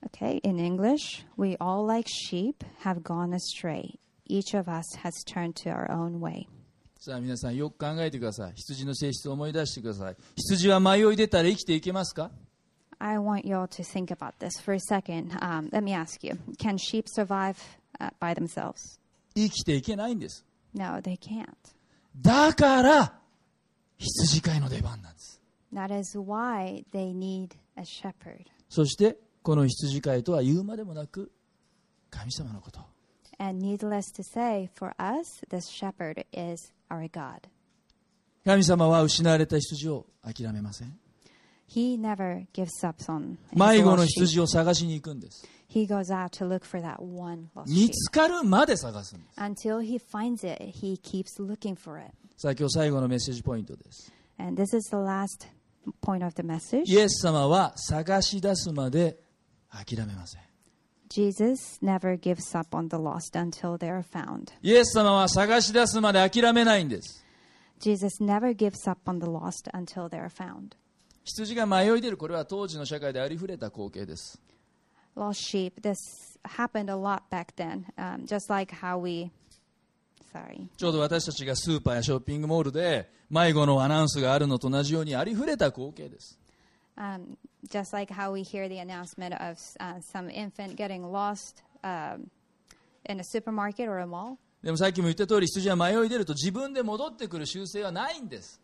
Speaker 2: Okay, in English, we all like sheep have gone astray. Each of us has turned to our own way.
Speaker 1: さあ皆さんよく考えてください羊の性質を思い出してください羊は迷い出たら生きていけますか
Speaker 2: I want you all to think about this for a second. Um, let me ask you can sheep survive uh, by themselves?
Speaker 1: 生きていけないんです
Speaker 2: No, they can't.
Speaker 1: だから羊飼いの出番なんです
Speaker 2: That is why they need a shepherd.
Speaker 1: そしてこの羊飼いとは言うまでもなく神様のこと
Speaker 2: And needless to say, for us, this shepherd is our God.
Speaker 1: 神様は失われた羊を諦めません
Speaker 2: He never gives up on his
Speaker 1: 迷子の
Speaker 2: lost sheep.
Speaker 1: 羊を探しに行くんです
Speaker 2: He goes out to look for that one lost
Speaker 1: 見
Speaker 2: sheep.
Speaker 1: つかるまで探すんです
Speaker 2: Until he finds it, he keeps looking for it.
Speaker 1: さあ今日最後のメッセージポイントです
Speaker 2: And this is the last point of the message.
Speaker 1: イエス様は探し出すまで諦めません
Speaker 2: Jesus never gives up on the lost until they are found.
Speaker 1: イエス様は探し出すまで諦めないんです
Speaker 2: Jesus never gives up on the lost until they are found.
Speaker 1: 羊が迷い出るこれは当時の社会でありふれた光景です
Speaker 2: Lost sheep, this happened a lot back then, um, just like how we. Sorry.
Speaker 1: ちょうど私たちがスーパーやショッピングモールで迷子のアナウンスがあるのと同じようにありふれた光景です
Speaker 2: Um, just like how we hear the announcement of uh, some infant getting lost um, in a supermarket or a mall.
Speaker 1: でもさっきも言った通り羊は迷い出ると自分で戻ってくる習性はないんです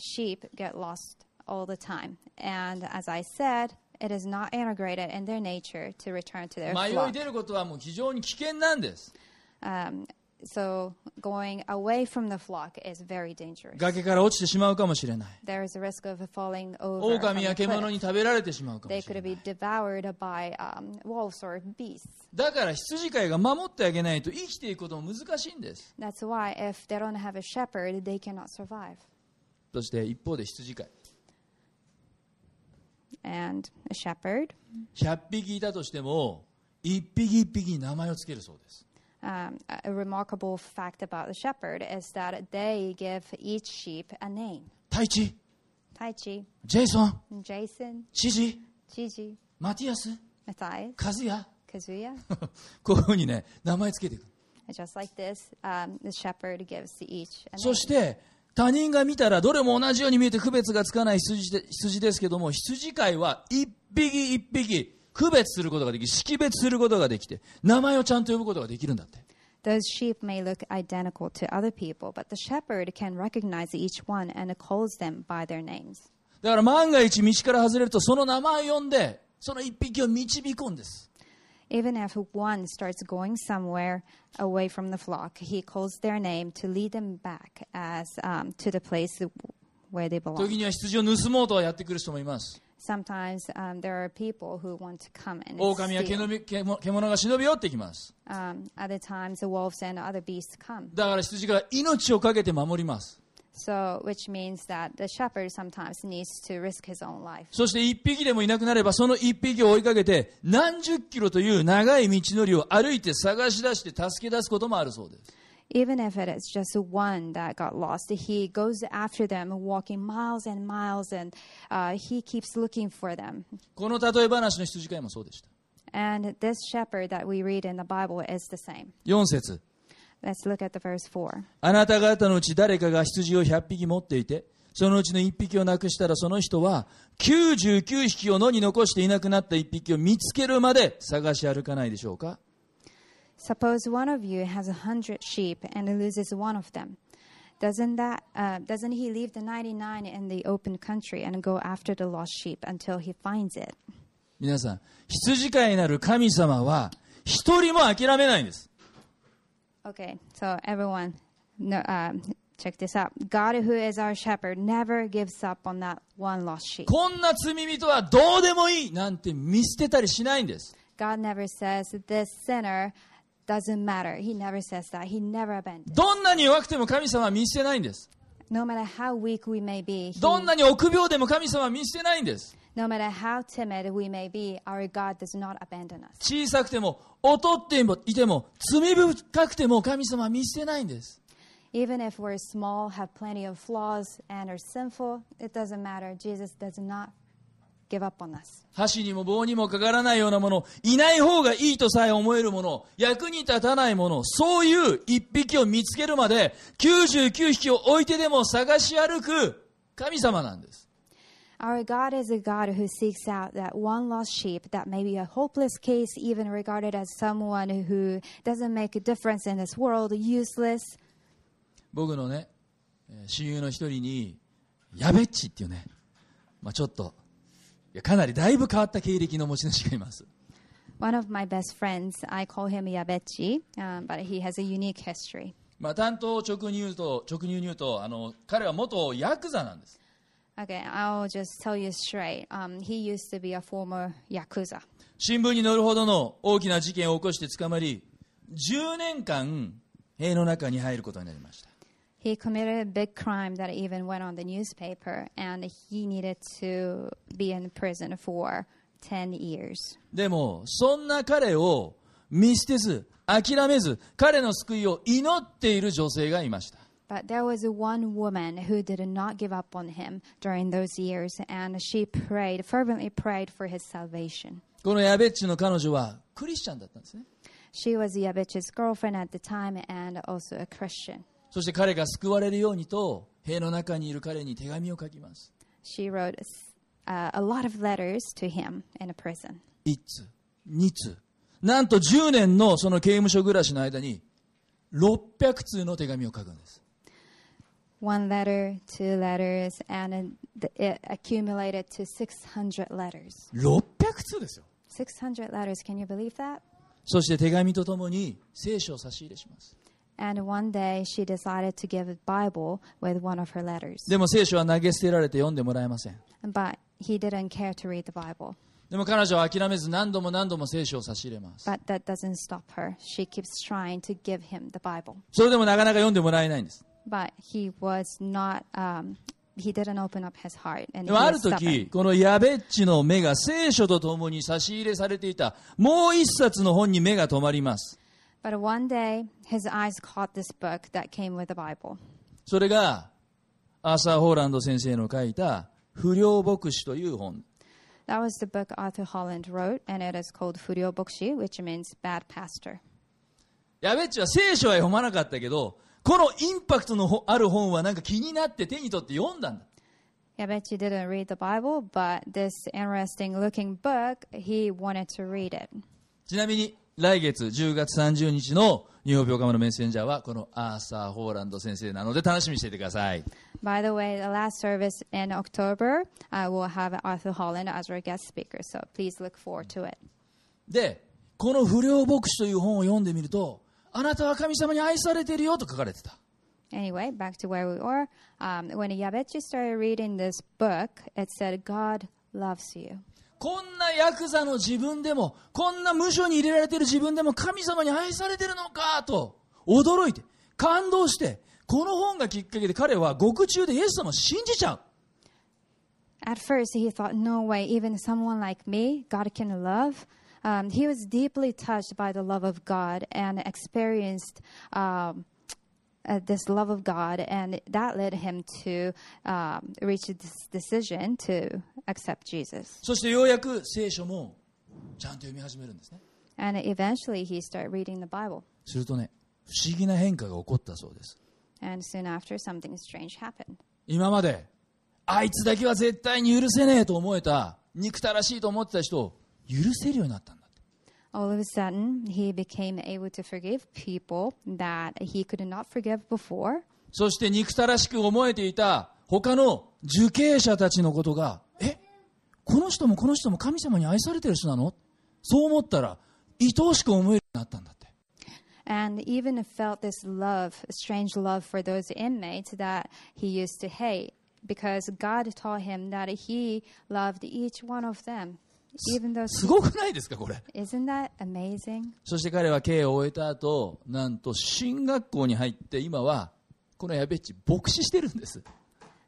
Speaker 2: sheep get lost all the time. And as I said, it is not integrated in their nature to return to their
Speaker 1: 迷い
Speaker 2: flock.
Speaker 1: 出ることはもう非常に危険なんです
Speaker 2: Um, So going away from the flock is very dangerous.
Speaker 1: 崖から落ちてしまうかもしれない
Speaker 2: There is a risk of falling over. from
Speaker 1: 狼や
Speaker 2: the
Speaker 1: 獣
Speaker 2: cliff.
Speaker 1: に食べられてしまうかも
Speaker 2: They
Speaker 1: しれ
Speaker 2: could
Speaker 1: ない
Speaker 2: be devoured by um, wolves or beasts.
Speaker 1: だから羊飼いが守ってあげないと生きていくことも難しいんです
Speaker 2: That's why if they don't have a shepherd, they cannot survive.
Speaker 1: そして一方で羊飼い
Speaker 2: And a shepherd,
Speaker 1: 100匹いたとしても1匹1匹に名前をつけるそうです
Speaker 2: um, a- a remarkable fact about the shepherd is that they give each sheep a name.
Speaker 1: 太一
Speaker 2: Tai Chi,
Speaker 1: ジェイソン
Speaker 2: Jason,
Speaker 1: 知事
Speaker 2: Gigi,
Speaker 1: マティアス
Speaker 2: Matthias,
Speaker 1: カズヤ [laughs]
Speaker 2: Kazuya.
Speaker 1: こういうふうにね名前つけていく
Speaker 2: And just like this, um, the shepherd gives to each a
Speaker 1: そ
Speaker 2: name.
Speaker 1: して他人が見たらどれも同じように見えて区別がつかない羊で羊ですけども羊飼いは一匹一匹区別することができ識別することができて名前をちゃんと呼ぶことができるんだって
Speaker 2: Those sheep may look identical to other people, but the shepherd can recognize each one and calls them by their names.
Speaker 1: だから万が一道から外れるとその名前を呼んでその一匹を導くんです
Speaker 2: Even if one starts going somewhere away from the flock, he calls their name to lead them back as um, to the place where they
Speaker 1: 時
Speaker 2: belong.
Speaker 1: には羊を盗もうとはやってくる人もいます
Speaker 2: Sometimes um, there are people who want to come and
Speaker 1: 狼や
Speaker 2: steal.
Speaker 1: 獣獣獣が忍び寄ってきます
Speaker 2: Um, other times, the wolves and other beasts come.
Speaker 1: だから羊が命を懸けて守ります
Speaker 2: So, which means that the shepherd sometimes needs to risk his own life.
Speaker 1: そして一匹でもいなくなればその一匹を追いかけて何十キロという長い道のりを歩いて探し出して助け出すこともあるそうです
Speaker 2: Even if it is just one that got lost, he goes after them, walking miles and miles, and uh, he keeps looking for them.
Speaker 1: この例え話の羊飼いもそうでした
Speaker 2: And this shepherd that we read in the Bible is the same.
Speaker 1: 4節
Speaker 2: Let's look at the verse 4.
Speaker 1: あなた方のうち誰かが羊を100匹持っていてそのうちの1匹をなくしたらその人は99匹を野に残していなくなった1匹を見つけるまで探し歩かないでしょうか
Speaker 2: Suppose one of you has a hundred sheep and loses one of them. Doesn't that uh, doesn't he leave the ninety nine in the open country and go after the lost sheep until he finds it?
Speaker 1: 皆さん羊飼いなる神様は一人も諦めないんです
Speaker 2: Okay, so everyone, no, um, check this out. God, who is our shepherd, never gives up on that one lost sheep.
Speaker 1: こんな罪人はどうでもいいなんて見捨てたりしないんです。
Speaker 2: God never says this sinner doesn't matter. He never says that. He never abandons.
Speaker 1: どんなに弱くても神様は見捨てないんです。
Speaker 2: No matter how weak we may be, he,
Speaker 1: どんなに臆病でも神様は見捨てないんです。
Speaker 2: no matter how timid we may be, our God does not abandon us.
Speaker 1: 小さくても、劣ってもいても、罪深くても神様は見捨てないんです。
Speaker 2: Even if we're small, have plenty of flaws, and are sinful, it doesn't matter. Jesus does not give up on us.
Speaker 1: 箸にも棒にもかからないようなもの、いない方がいいとさえ思えるもの、役に立たないもの、そういう一匹を見つけるまで、99匹を置いてでも探し歩く神様なんです。
Speaker 2: Our God is a God who seeks out that one lost sheep that may be a hopeless case, even regarded as someone who doesn't make a difference in this world, useless.
Speaker 1: 僕のねえー親友の一人にやべっちっていうね、まあ、ちょっといやかなりだいぶ変わった経歴の持ち主がいます、
Speaker 2: One of my best friends, I call him Yabechi, um, but he has a unique history.
Speaker 1: まあ、担当を直入と直入に言うとあの彼は元ヤクザなんです
Speaker 2: Okay, I'll just tell you straight. Um, he used to be a former Yakuza.
Speaker 1: 新聞に載るほどの大きな事件を起こして捕まり10年間塀の中に入ることになりました
Speaker 2: He committed a big crime that even went on the newspaper, and he needed to be in prison for 10 years.
Speaker 1: でもそんな彼を見捨てず諦めず彼の救いを祈っている女性がいました
Speaker 2: But there was one woman who did not give up on him during those years, and she prayed, fervently prayed for his salvation.
Speaker 1: このヤベッチの彼女はクリスチャンだったんですね
Speaker 2: She was Yabich's girlfriend at the time and also a Christian.
Speaker 1: そして彼が救われるようにと塀の中にいる彼に手紙を書きます
Speaker 2: She wrote uh, a lot of letters to him in a prison.
Speaker 1: 1通2通なんと10年のその刑務所暮らしの間に600通の手紙を書くんです
Speaker 2: One letter, two letters, and it, it accumulated to 600 letters.
Speaker 1: 600通ですよ
Speaker 2: 600 letters, can you believe that?
Speaker 1: そして手紙とともに聖書を差し入れします
Speaker 2: And one day she decided to give a Bible with one of her letters.
Speaker 1: でも聖書は投げ捨てられて読んでもらえません。
Speaker 2: But he didn't care to read the Bible.
Speaker 1: でも彼女は諦めず何度も何度も聖書を差し入れます。
Speaker 2: But that doesn't stop her. She keeps trying to give him the Bible.
Speaker 1: それでもなかなか読んでもらえないんです。
Speaker 2: But he was not, um, he didn't open up his heart.
Speaker 1: で
Speaker 2: And he
Speaker 1: もある
Speaker 2: was stubborn.
Speaker 1: 時、このヤベッチの目が聖書とともに差し入れされていたもう一冊の本に目が止まります。
Speaker 2: But one day his eyes caught this book that came with the Bible.
Speaker 1: それがアーサー・ホーランド先生の書いた不良牧師という本。
Speaker 2: That was the book Arthur Holland wrote, and it is called Furyo Bokshi, which means bad pastor.
Speaker 1: ヤベッチは聖書は読まなかったけど、このインパクトのある本はなんか気になって手に取って読んだんだ。
Speaker 2: I bet you didn't read the Bible, but this interesting looking book, he wanted to read it.
Speaker 1: ちなみに来月10月30日の日本病カメのメッセンジャーはこのアーサー・ホーランド先生なので楽しみにしていてください。
Speaker 2: By the way, the last service in October, I will have Arthur Holland as our guest speaker, so please look forward to it.
Speaker 1: で、この不良牧師という本を読んでみると、あなたは神様に愛されてるよと書かれてた。
Speaker 2: Anyway, back to where we were. Um, when Yabechi started reading this book, it said, God loves you.
Speaker 1: こんなヤクザの自分でも、こんな無所に入れられてる自分でも神様に愛されてるのかと驚いて、感動して、この本がきっかけで彼は獄中でイエス様を信じちゃう。
Speaker 2: At first, he thought, no way, even someone like me, God can love. Um, he was deeply touched by the love of God and experienced um, uh, this love of God, and that led him to um, reach this decision to accept Jesus.
Speaker 1: そしてようやく聖書もちゃんと読み始めるんですね。
Speaker 2: And eventually, he started reading the Bible.
Speaker 1: するとね、不思議な変化が起こったそうです。
Speaker 2: And soon after, something strange happened.
Speaker 1: 今まで、あいつだけは絶対に許せねえと思えた、憎たらしいと思ってた人を許せるようになったんだって。
Speaker 2: All of a sudden, he became able to forgive people that he could not forgive before.
Speaker 1: そして憎たらしく思えていた他の受刑者たちのことが、えこの人もこの人も神様に愛されてる人なのそう思ったら、愛おしく思えるようになったんだって。
Speaker 2: and even felt this love, strange love for those inmates that he used to hate because God taught him that he loved each one of them, even those.
Speaker 1: すごくないですか、これ。
Speaker 2: Isn't that amazing?
Speaker 1: そして彼は刑を終えた後、なんと進学校に入って、今は、このやべっち、牧師してるんです。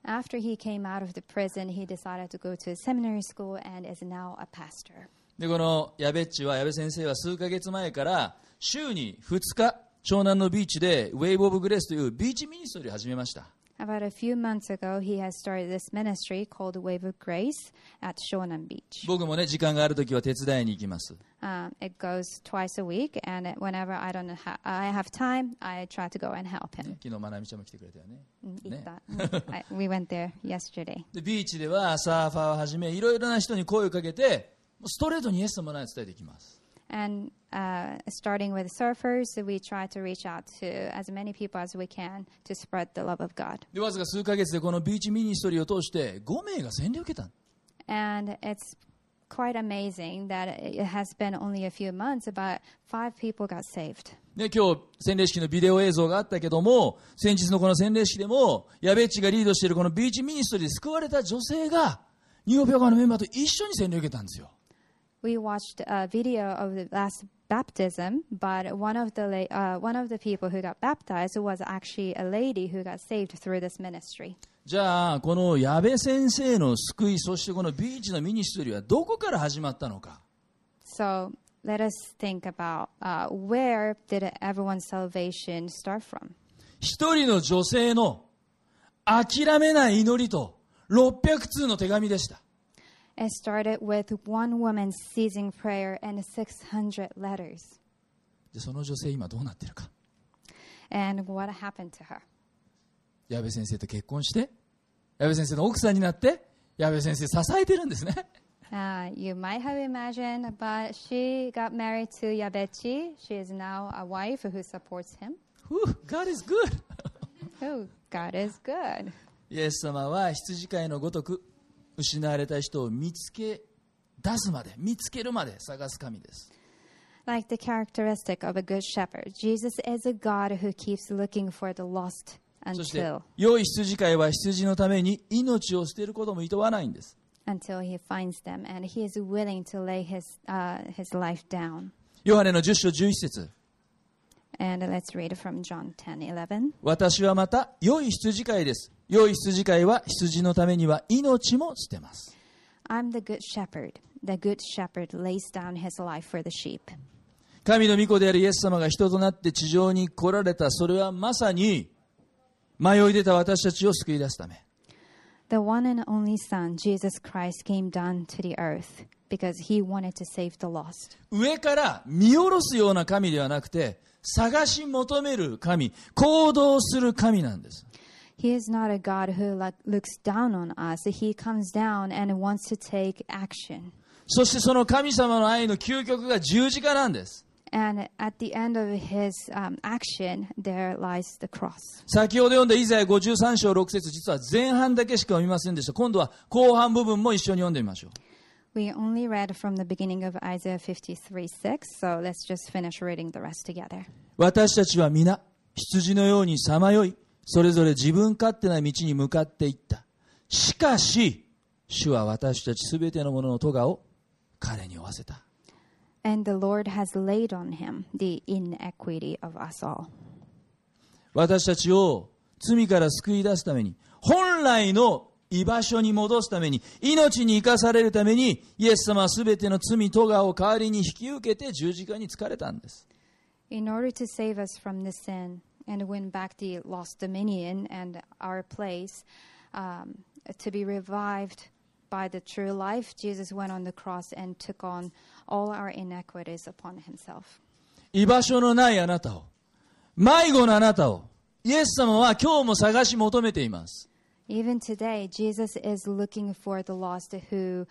Speaker 2: After he came out of the prison, he decided to go to a seminary school and is now a pastor.
Speaker 1: でこの矢部っちは矢部先生は数ヶ月前から週に2日湘南のビーチでウェイブ・オブ・グレースというビーチミニストリーを始めました
Speaker 2: About a few months ago, he has started this ministry called Wave of Grace at Shonan Beach.
Speaker 1: 僕もね時間がある時は手伝いに行きます
Speaker 2: Um, it goes twice a week, and it, whenever I don't ha- I have time, I try to go and help him.
Speaker 1: 昨日まなみちゃんも来てくれたよね
Speaker 2: eat
Speaker 1: Ne?
Speaker 2: that. Mm, I, we went there yesterday.
Speaker 1: でビーチではサーファーをはじめいろいろな人に声をかけてもうストレートにイエス様の愛を伝えていきます
Speaker 2: And uh, starting with surfers, we try to reach out to as many people as we can to spread the love of God.
Speaker 1: でわずか数ヶ月でこのビーチミニストリーを通して5名が洗礼を受けた
Speaker 2: And it's quite amazing that it has been only a few months, but five people got saved.
Speaker 1: ね、今日洗礼式のビデオ映像があったけども先日のこの洗礼式でも矢部っちがリードしているこのビーチミニストリーで救われた女性がニューヨーク教会のメンバーと一緒に洗礼を受けたんですよ
Speaker 2: We watched a video of the last baptism, but one of the la- uh, one of the people who got baptized was actually a lady who got saved through this ministry.
Speaker 1: じゃあこの矢部先生の救いそしてこのビーチのミニストリーはどこから始まったのか
Speaker 2: So let us think about uh, where did everyone's salvation start from?
Speaker 1: 一人の女性の諦めない祈りと600通の手紙でした
Speaker 2: It started with one woman seizing prayer and 600 letters.
Speaker 1: でその女性今どうなってるか
Speaker 2: And what happened to her?
Speaker 1: 矢部先生と結婚して矢部先生の奥さんになって矢部先生支えてるんですね [laughs]
Speaker 2: Uh, you might have imagined, but she got married to Yabechi. She is now a wife who supports him.
Speaker 1: Whew, God is good. [laughs]
Speaker 2: Oh, God is good.
Speaker 1: イエス様は羊飼いのごとく失われた人を見つけ出すまで見つけるまで探す神です
Speaker 2: Like the characteristic of a good shepherd, Jesus is a God who keeps looking for the lost
Speaker 1: そして
Speaker 2: until、
Speaker 1: 良い羊飼いは羊のために命を捨てることも厭わないんです。
Speaker 2: until he finds them, and he is willing to lay his uh, his life down.
Speaker 1: ヨハネの10章11節
Speaker 2: And let's read from John 10:11.
Speaker 1: 私はまた良い羊飼いです。良い羊飼いは羊のためには命も捨てます。
Speaker 2: I'm the good shepherd. The good shepherd lays down his life for the sheep.
Speaker 1: 神の御子であるイエス様が人となって地上に来られた、それはまさに迷い出た私たちを救い出すため。
Speaker 2: The one and only Son, Jesus Christ, came down to the earth because he wanted to save the lost.
Speaker 1: 上から見下ろすような神ではなくて、探し求める神、行動する神なんです。
Speaker 2: He is not a God who like, looks down on us. He comes down and wants to take action.
Speaker 1: そしてその神様の愛の究極が十字架なんです。
Speaker 2: And at the end of his um, action, there lies the cross.
Speaker 1: 先ほど読んだイザヤ53章6節実は前半だけしか読みませんでした。今度は後半部分も一緒に読んでみましょう。
Speaker 2: We only read from the beginning of Isaiah 53 6, so let's just finish reading the rest together.
Speaker 1: 私たちは皆、羊のようにさまよい、それぞれ自分勝手な道に向かっていった。しかし、主は私たちすべてのものの咎を彼に負わせた。
Speaker 2: And the Lord has laid on him the inequity of us all.
Speaker 1: 私たちを罪から救い出すために、本来の居場所に戻すために、命に生かされるために、イエス様はすべての罪、咎を代わりに引き受けて十字架に疲れたんです。
Speaker 2: In order to save us from the sin and win back the lost dominion and our place, um, to be revived by the true life, Jesus went on the cross and took on all our inequities upon himself.
Speaker 1: 居場所のないあなたを、迷子のあなたを、イエス様は今日も探し求めています。
Speaker 2: Even today, Jesus is looking for the lost who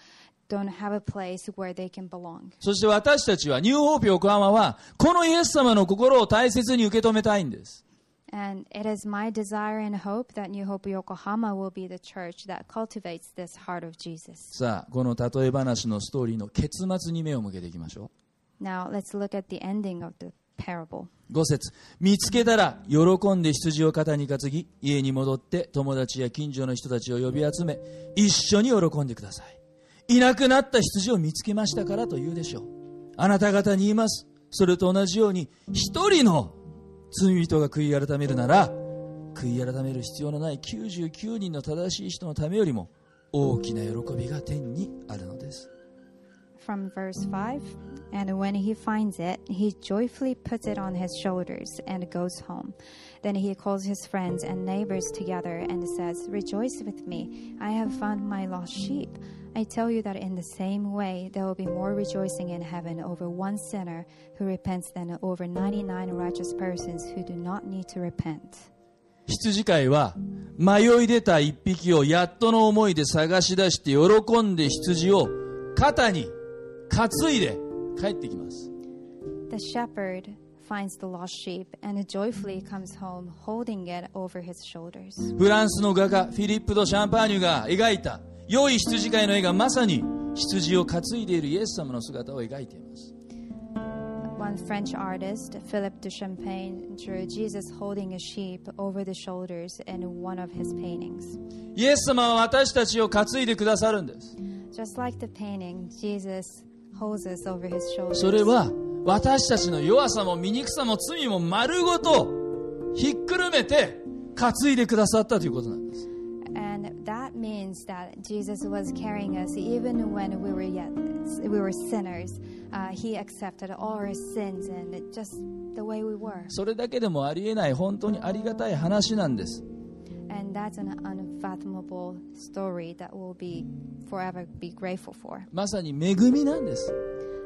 Speaker 2: don't have a place where they can belong.
Speaker 1: そして私たちは、ニューホープ横浜は、このイエス様の心を大切に受け止めたいんです。
Speaker 2: And it is my desire and hope that New Hope Yokohama will be the church that cultivates this heart of Jesus.
Speaker 1: さあ、この例え話のストーリーの結末に目を向けていきましょ
Speaker 2: Now, let's look at the ending of the parable.
Speaker 1: う。5節見つけたら、喜んで羊を肩に担ぎ、家に戻って友達や近所の人たちを呼び集め、一緒に喜んでください。いなくなった羊を見つけましたからと言うでしょう。あなた方に言います。それと同じように、一人の罪人が悔い改めるなら悔い改める必要のない99人の正しい人のためよりも大きな喜びが天にあるのです。
Speaker 2: from verse 5 And when he finds it, he joyfully puts it on his shoulders and goes home. Then he calls his friends and neighbors together and says, Rejoice with me, I have found my lost sheep. I tell you that in the same way, there will be more rejoicing in heaven over one sinner who repents than over 99 righteous persons who do not need to repent.
Speaker 1: 羊飼いは迷い出た一匹をやっとの思いで探し出して喜んで羊を肩に担いで帰ってきます。
Speaker 2: The shepherd finds the lost sheep and joyfully comes home, holding it over his shoulders.
Speaker 1: フランスの画家フィリップ・ド・シャンパーニュが描いた良い羊飼いの絵がまさに羊を担いでいるイエス様の姿を描いています。
Speaker 2: One French artist, Philippe de Champagne, drew Jesus holding a sheep over the shoulders in one of his paintings.
Speaker 1: イエス様は私たちを担いでくださるんです。
Speaker 2: Just like the painting, Jesus holds us over his shoulders.
Speaker 1: それは私たちの弱さも醜さも罪も丸ごとひっくるめて担いでくださったということなんです。
Speaker 2: And that means that Jesus was carrying us even when we were yet we were sinners. Uh, he accepted all our sins and just the way we were.
Speaker 1: それだけでもありえない本当にありがたい話なんです。
Speaker 2: And that's an unfathomable story that we'll be forever be grateful for.
Speaker 1: まさに恵みなんです。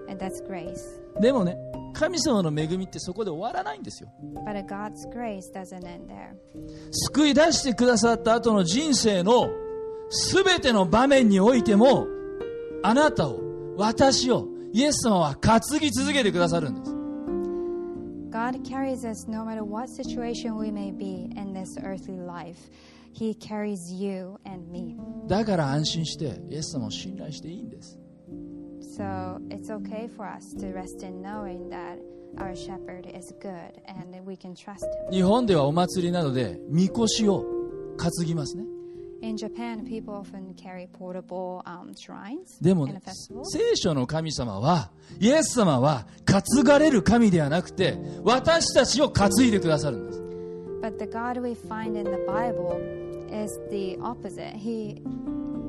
Speaker 2: And that's grace.
Speaker 1: でもね、神様の恵みってそこで終わらないんですよ。
Speaker 2: But God's grace doesn't end there.
Speaker 1: 救い出してくださった後の人生の全ての場面においても、あなたを、私を、イエス様は担ぎ続けてくださるんです。
Speaker 2: God carries us no matter what situation we may be in this earthly life. He carries you and me.
Speaker 1: だから安心してイエス様を信頼していいんです。
Speaker 2: So it's okay for us to rest in knowing that our shepherd is good and that we can trust him.
Speaker 1: 日本ではお祭りなどでみこしを担ぎますね
Speaker 2: In Japan, people often carry portable um, shrines
Speaker 1: でも
Speaker 2: in a
Speaker 1: ね
Speaker 2: festival.
Speaker 1: 聖書の神様はイエス様は担がれる神ではなくて私たちを担いでくださるんです
Speaker 2: But the God we find in the Bible is the opposite. He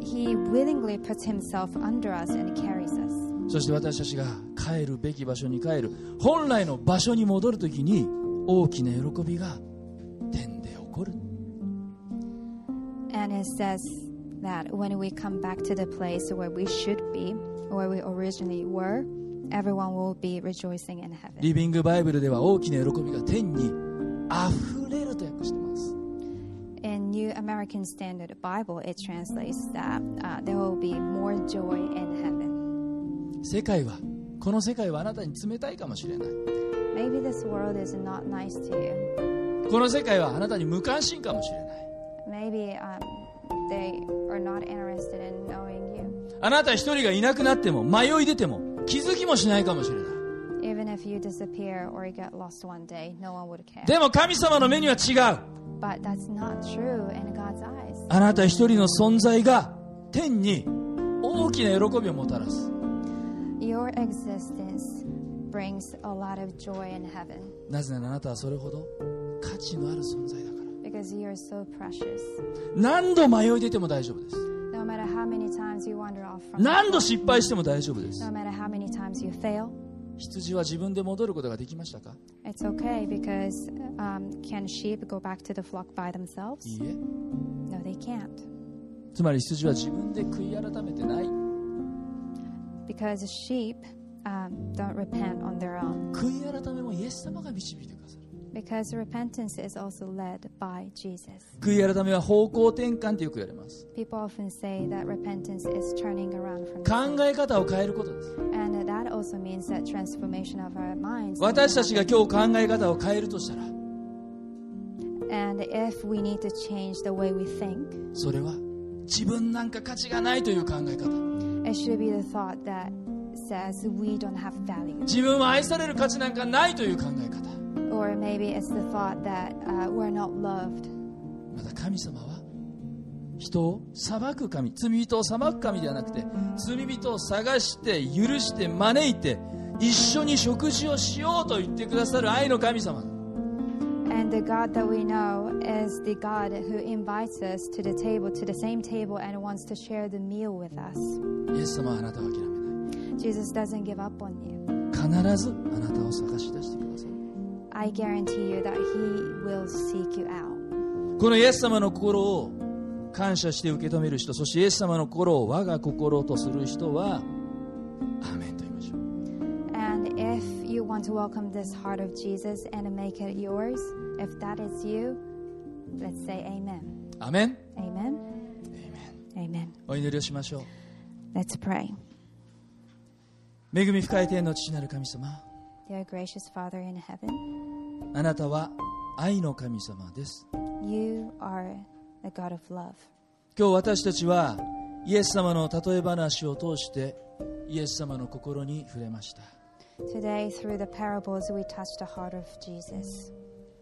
Speaker 2: he willingly puts himself under us and carries us.
Speaker 1: そして私たちが帰るべき場所に帰る本来の場所に戻るときに大きな喜びが天で起こる
Speaker 2: And it says that when we come back to the place where we should be, where we originally were, everyone will be rejoicing in heaven.
Speaker 1: リビングバイブルでは大きな喜びが天に溢れると訳してます。
Speaker 2: In New American Standard Bible, it translates that uh, there will be more joy in heaven.
Speaker 1: 世界は、この世界はあなたに冷たいかもしれない。
Speaker 2: Maybe this world is not nice to you.
Speaker 1: この世界はあなたに無関心かもしれない。
Speaker 2: Maybe um, they are not interested in knowing you.
Speaker 1: あなた一人がいなくなっても、迷い出ても、気づきもしないかもしれない。
Speaker 2: Even if you disappear or you get lost one day, no one would care.
Speaker 1: でも神様の目には違う。
Speaker 2: But that's not true in God's eyes.
Speaker 1: あなた一人の存在が天に大きな喜びをもたらす。
Speaker 2: Your existence brings a lot of joy in heaven
Speaker 1: なぜならあなたはそれほど価値のある存在だから。
Speaker 2: because you are so precious.
Speaker 1: 何度迷い出ても大丈夫です。
Speaker 2: No matter how many times you wander off from
Speaker 1: 何度失敗しても大丈夫です。
Speaker 2: no matter how many times you fail,
Speaker 1: 羊は自分で戻ることができましたか
Speaker 2: it's okay because um, can sheep go back to the flock by themselves?
Speaker 1: いいえ
Speaker 2: No, they can't
Speaker 1: つまり羊は自分で悔い改めてない
Speaker 2: because sheep um, don't repent on their own
Speaker 1: 悔い改めもイエス様が導いてくださる
Speaker 2: because repentance is also led by Jesus.
Speaker 1: 悔い改めは方向転換ってよく言われます
Speaker 2: People often say that repentance is turning around from
Speaker 1: 考
Speaker 2: sin.
Speaker 1: え方を変えることです
Speaker 2: and that also means that transformation of our minds.
Speaker 1: 私たちが今日考え方を変えるとしたら
Speaker 2: And if we need to change the way we think,
Speaker 1: それは自分なんか価値がないという考え方
Speaker 2: it should be the thought that says we don't have value.
Speaker 1: 自分は愛される価値なんかないという考え方
Speaker 2: Or maybe it's the thought that uh, we're not loved.
Speaker 1: また神様は人を裁く神罪人を裁く神ではなくて罪人を探して許して招いて一緒に食事をしようと言ってくださる愛の神様
Speaker 2: And the God that we know is the God who invites us to the table, to the same table, and wants to share the meal with us.
Speaker 1: イエス様はあなたを諦め
Speaker 2: Jesus doesn't give up on you.
Speaker 1: ない必ずあなたを探し出してくださる
Speaker 2: I guarantee you that He will seek you out.
Speaker 1: このイエス様の心を感謝して受け止める人そしてイエス様の心を我が心とする人はアーメンと言いましょう
Speaker 2: And if you want to welcome this heart of Jesus and make it yours, if that is you, let's say Amen.
Speaker 1: アーメン
Speaker 2: Amen.
Speaker 1: アーメン
Speaker 2: Amen.
Speaker 1: お祈りをしましょう
Speaker 2: Let's pray.
Speaker 1: 恵み深い天の父なる神様
Speaker 2: Dear gracious Father in heaven,
Speaker 1: あなたは愛の神様です。
Speaker 2: you are the God of love.
Speaker 1: 今日私たちはイエス様の例え話を通してイエス様の心に触れました。
Speaker 2: Today, through the parables, we touch the heart of Jesus.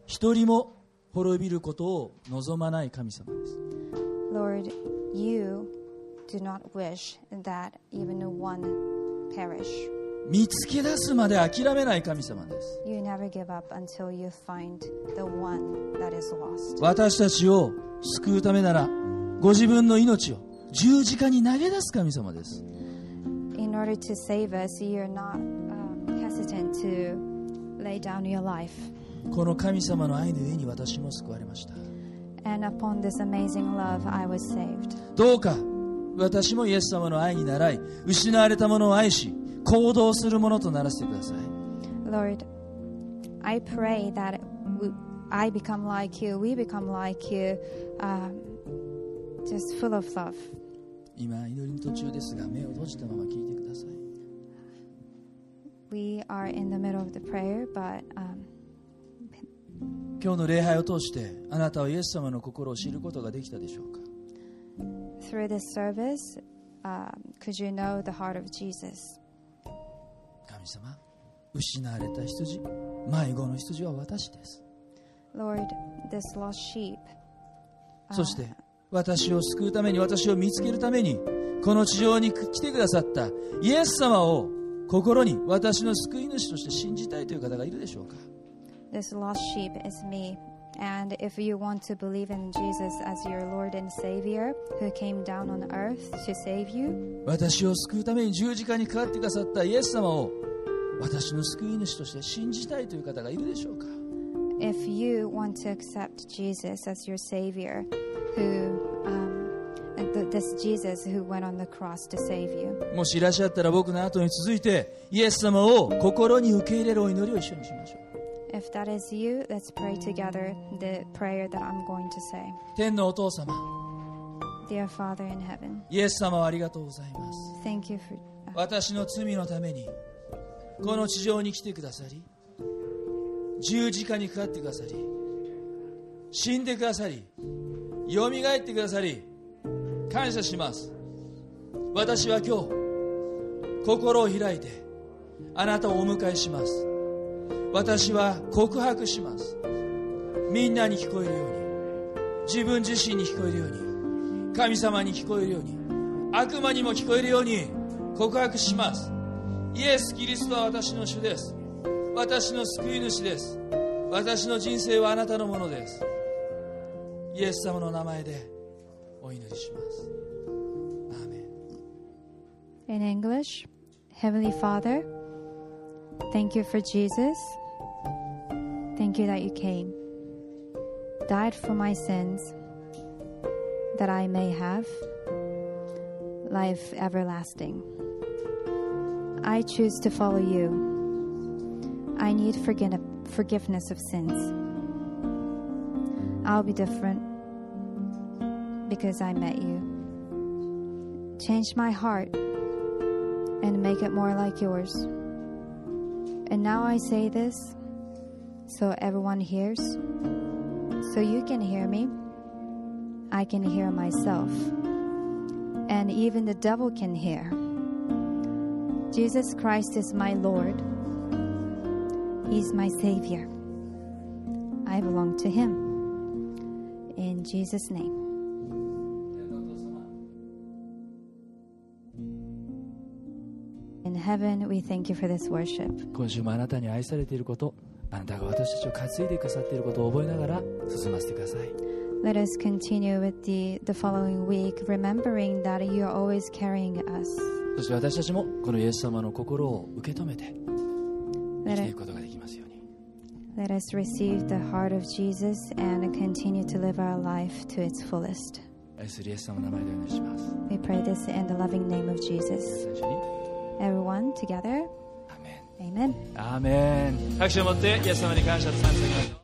Speaker 1: 一人も滅びることを望まない神様です。
Speaker 2: Lord, you do not wish that even one perish.
Speaker 1: 見つけ出すまで諦めない神様です。
Speaker 2: You never give up until you find the one that is lost.
Speaker 1: 私たちを救うためならご自分の命を十字架に投げ出す神様です。
Speaker 2: In order to save us, you're not um, hesitant to lay down your life.
Speaker 1: この神様の愛の上に私も救われました。
Speaker 2: And upon this amazing love, I was saved.
Speaker 1: どうか私もイエス様の愛に習い失われたものを愛し行動するものとならせてください
Speaker 2: Lord, I pray that we, I become like you, we become like you, um, just full of love.
Speaker 1: 今祈りの途中ですが目を閉じたまま聞いてください
Speaker 2: We are in the middle of the prayer, but um,
Speaker 1: 今日の礼拝を通してあなたはイエス様の心を知ることができたでしょうか
Speaker 2: through this service, um, could you know the heart of Jesus?
Speaker 1: 神様失われた羊迷子の羊は私です
Speaker 2: Lord, this lost sheep.
Speaker 1: そして私を救うために私を見つけるためにこの地上に来てくださったイエス様を心に私の救い主として信じたいという方がいるでしょうか
Speaker 2: This lost sheep is me. And if you want to believe in Jesus as your Lord and Savior, who came down on earth to save you,
Speaker 1: 私を救うために十字架にかかってくださったイエス様を私の救い主として信じたいという方がいるでしょうか
Speaker 2: if you want to accept Jesus as your Savior, who um, and th- this Jesus who went on the cross to save you,
Speaker 1: もしいらっしゃったら僕の後に続いてイエス様を心に受け入れるお祈りを一緒にしましょう
Speaker 2: if that is you, let's pray together the prayer that I'm going to say.
Speaker 1: 天のお父様
Speaker 2: Dear Father in heaven,
Speaker 1: イエス様をありがとうございます
Speaker 2: thank you for. uh,
Speaker 1: 私の罪のためにこの地上に来てくださり十字架にかかってくださり死んでくださりよみがえってくださり感謝します私は今日心を開いてあなたをお迎えします私は告白しますみんなに聞こえるように自分自身に聞こえるように神様に聞こえるように悪魔にも聞こえるように告白しますイエス・キリストは私の主です私の救い主です私の人生はあなたのものですイエス様の名前でお祈りしますアーメン
Speaker 2: In English, Heavenly Father, thank you for Jesus. Thank you that you came, died for my sins, that I may have life everlasting. I choose to follow you. I need forgi- forgiveness of sins. I'll be different because I met you. Change my heart and make it more like yours. And now I say this so everyone hears, so you can hear me, I can hear myself, and even the devil can hear. Jesus Christ is my Lord, He's my Savior. I belong to Him. In Jesus' name.
Speaker 1: 天のお父様
Speaker 2: In heaven, we thank you for this worship.
Speaker 1: 今週もあなたに愛されていることあなたが私たちを担いでくださっていることを覚えながら進ませてください
Speaker 2: Let us continue with the, the following week, remembering that you are always carrying us.
Speaker 1: そして私たちもこのイエス様の心を受け止めて生
Speaker 2: Let
Speaker 1: きてい
Speaker 2: us,
Speaker 1: くことができますように
Speaker 2: let us receive the heart of Jesus and continue to live our life to its fullest.
Speaker 1: 愛するイエス様の名前でお願いします
Speaker 2: We pray this in the loving name of Jesus.
Speaker 1: 最初に
Speaker 2: Everyone together,
Speaker 1: アーメン
Speaker 2: amen.
Speaker 1: アーメン拍手を持ってイエス様に感謝と賛美を捧げましょう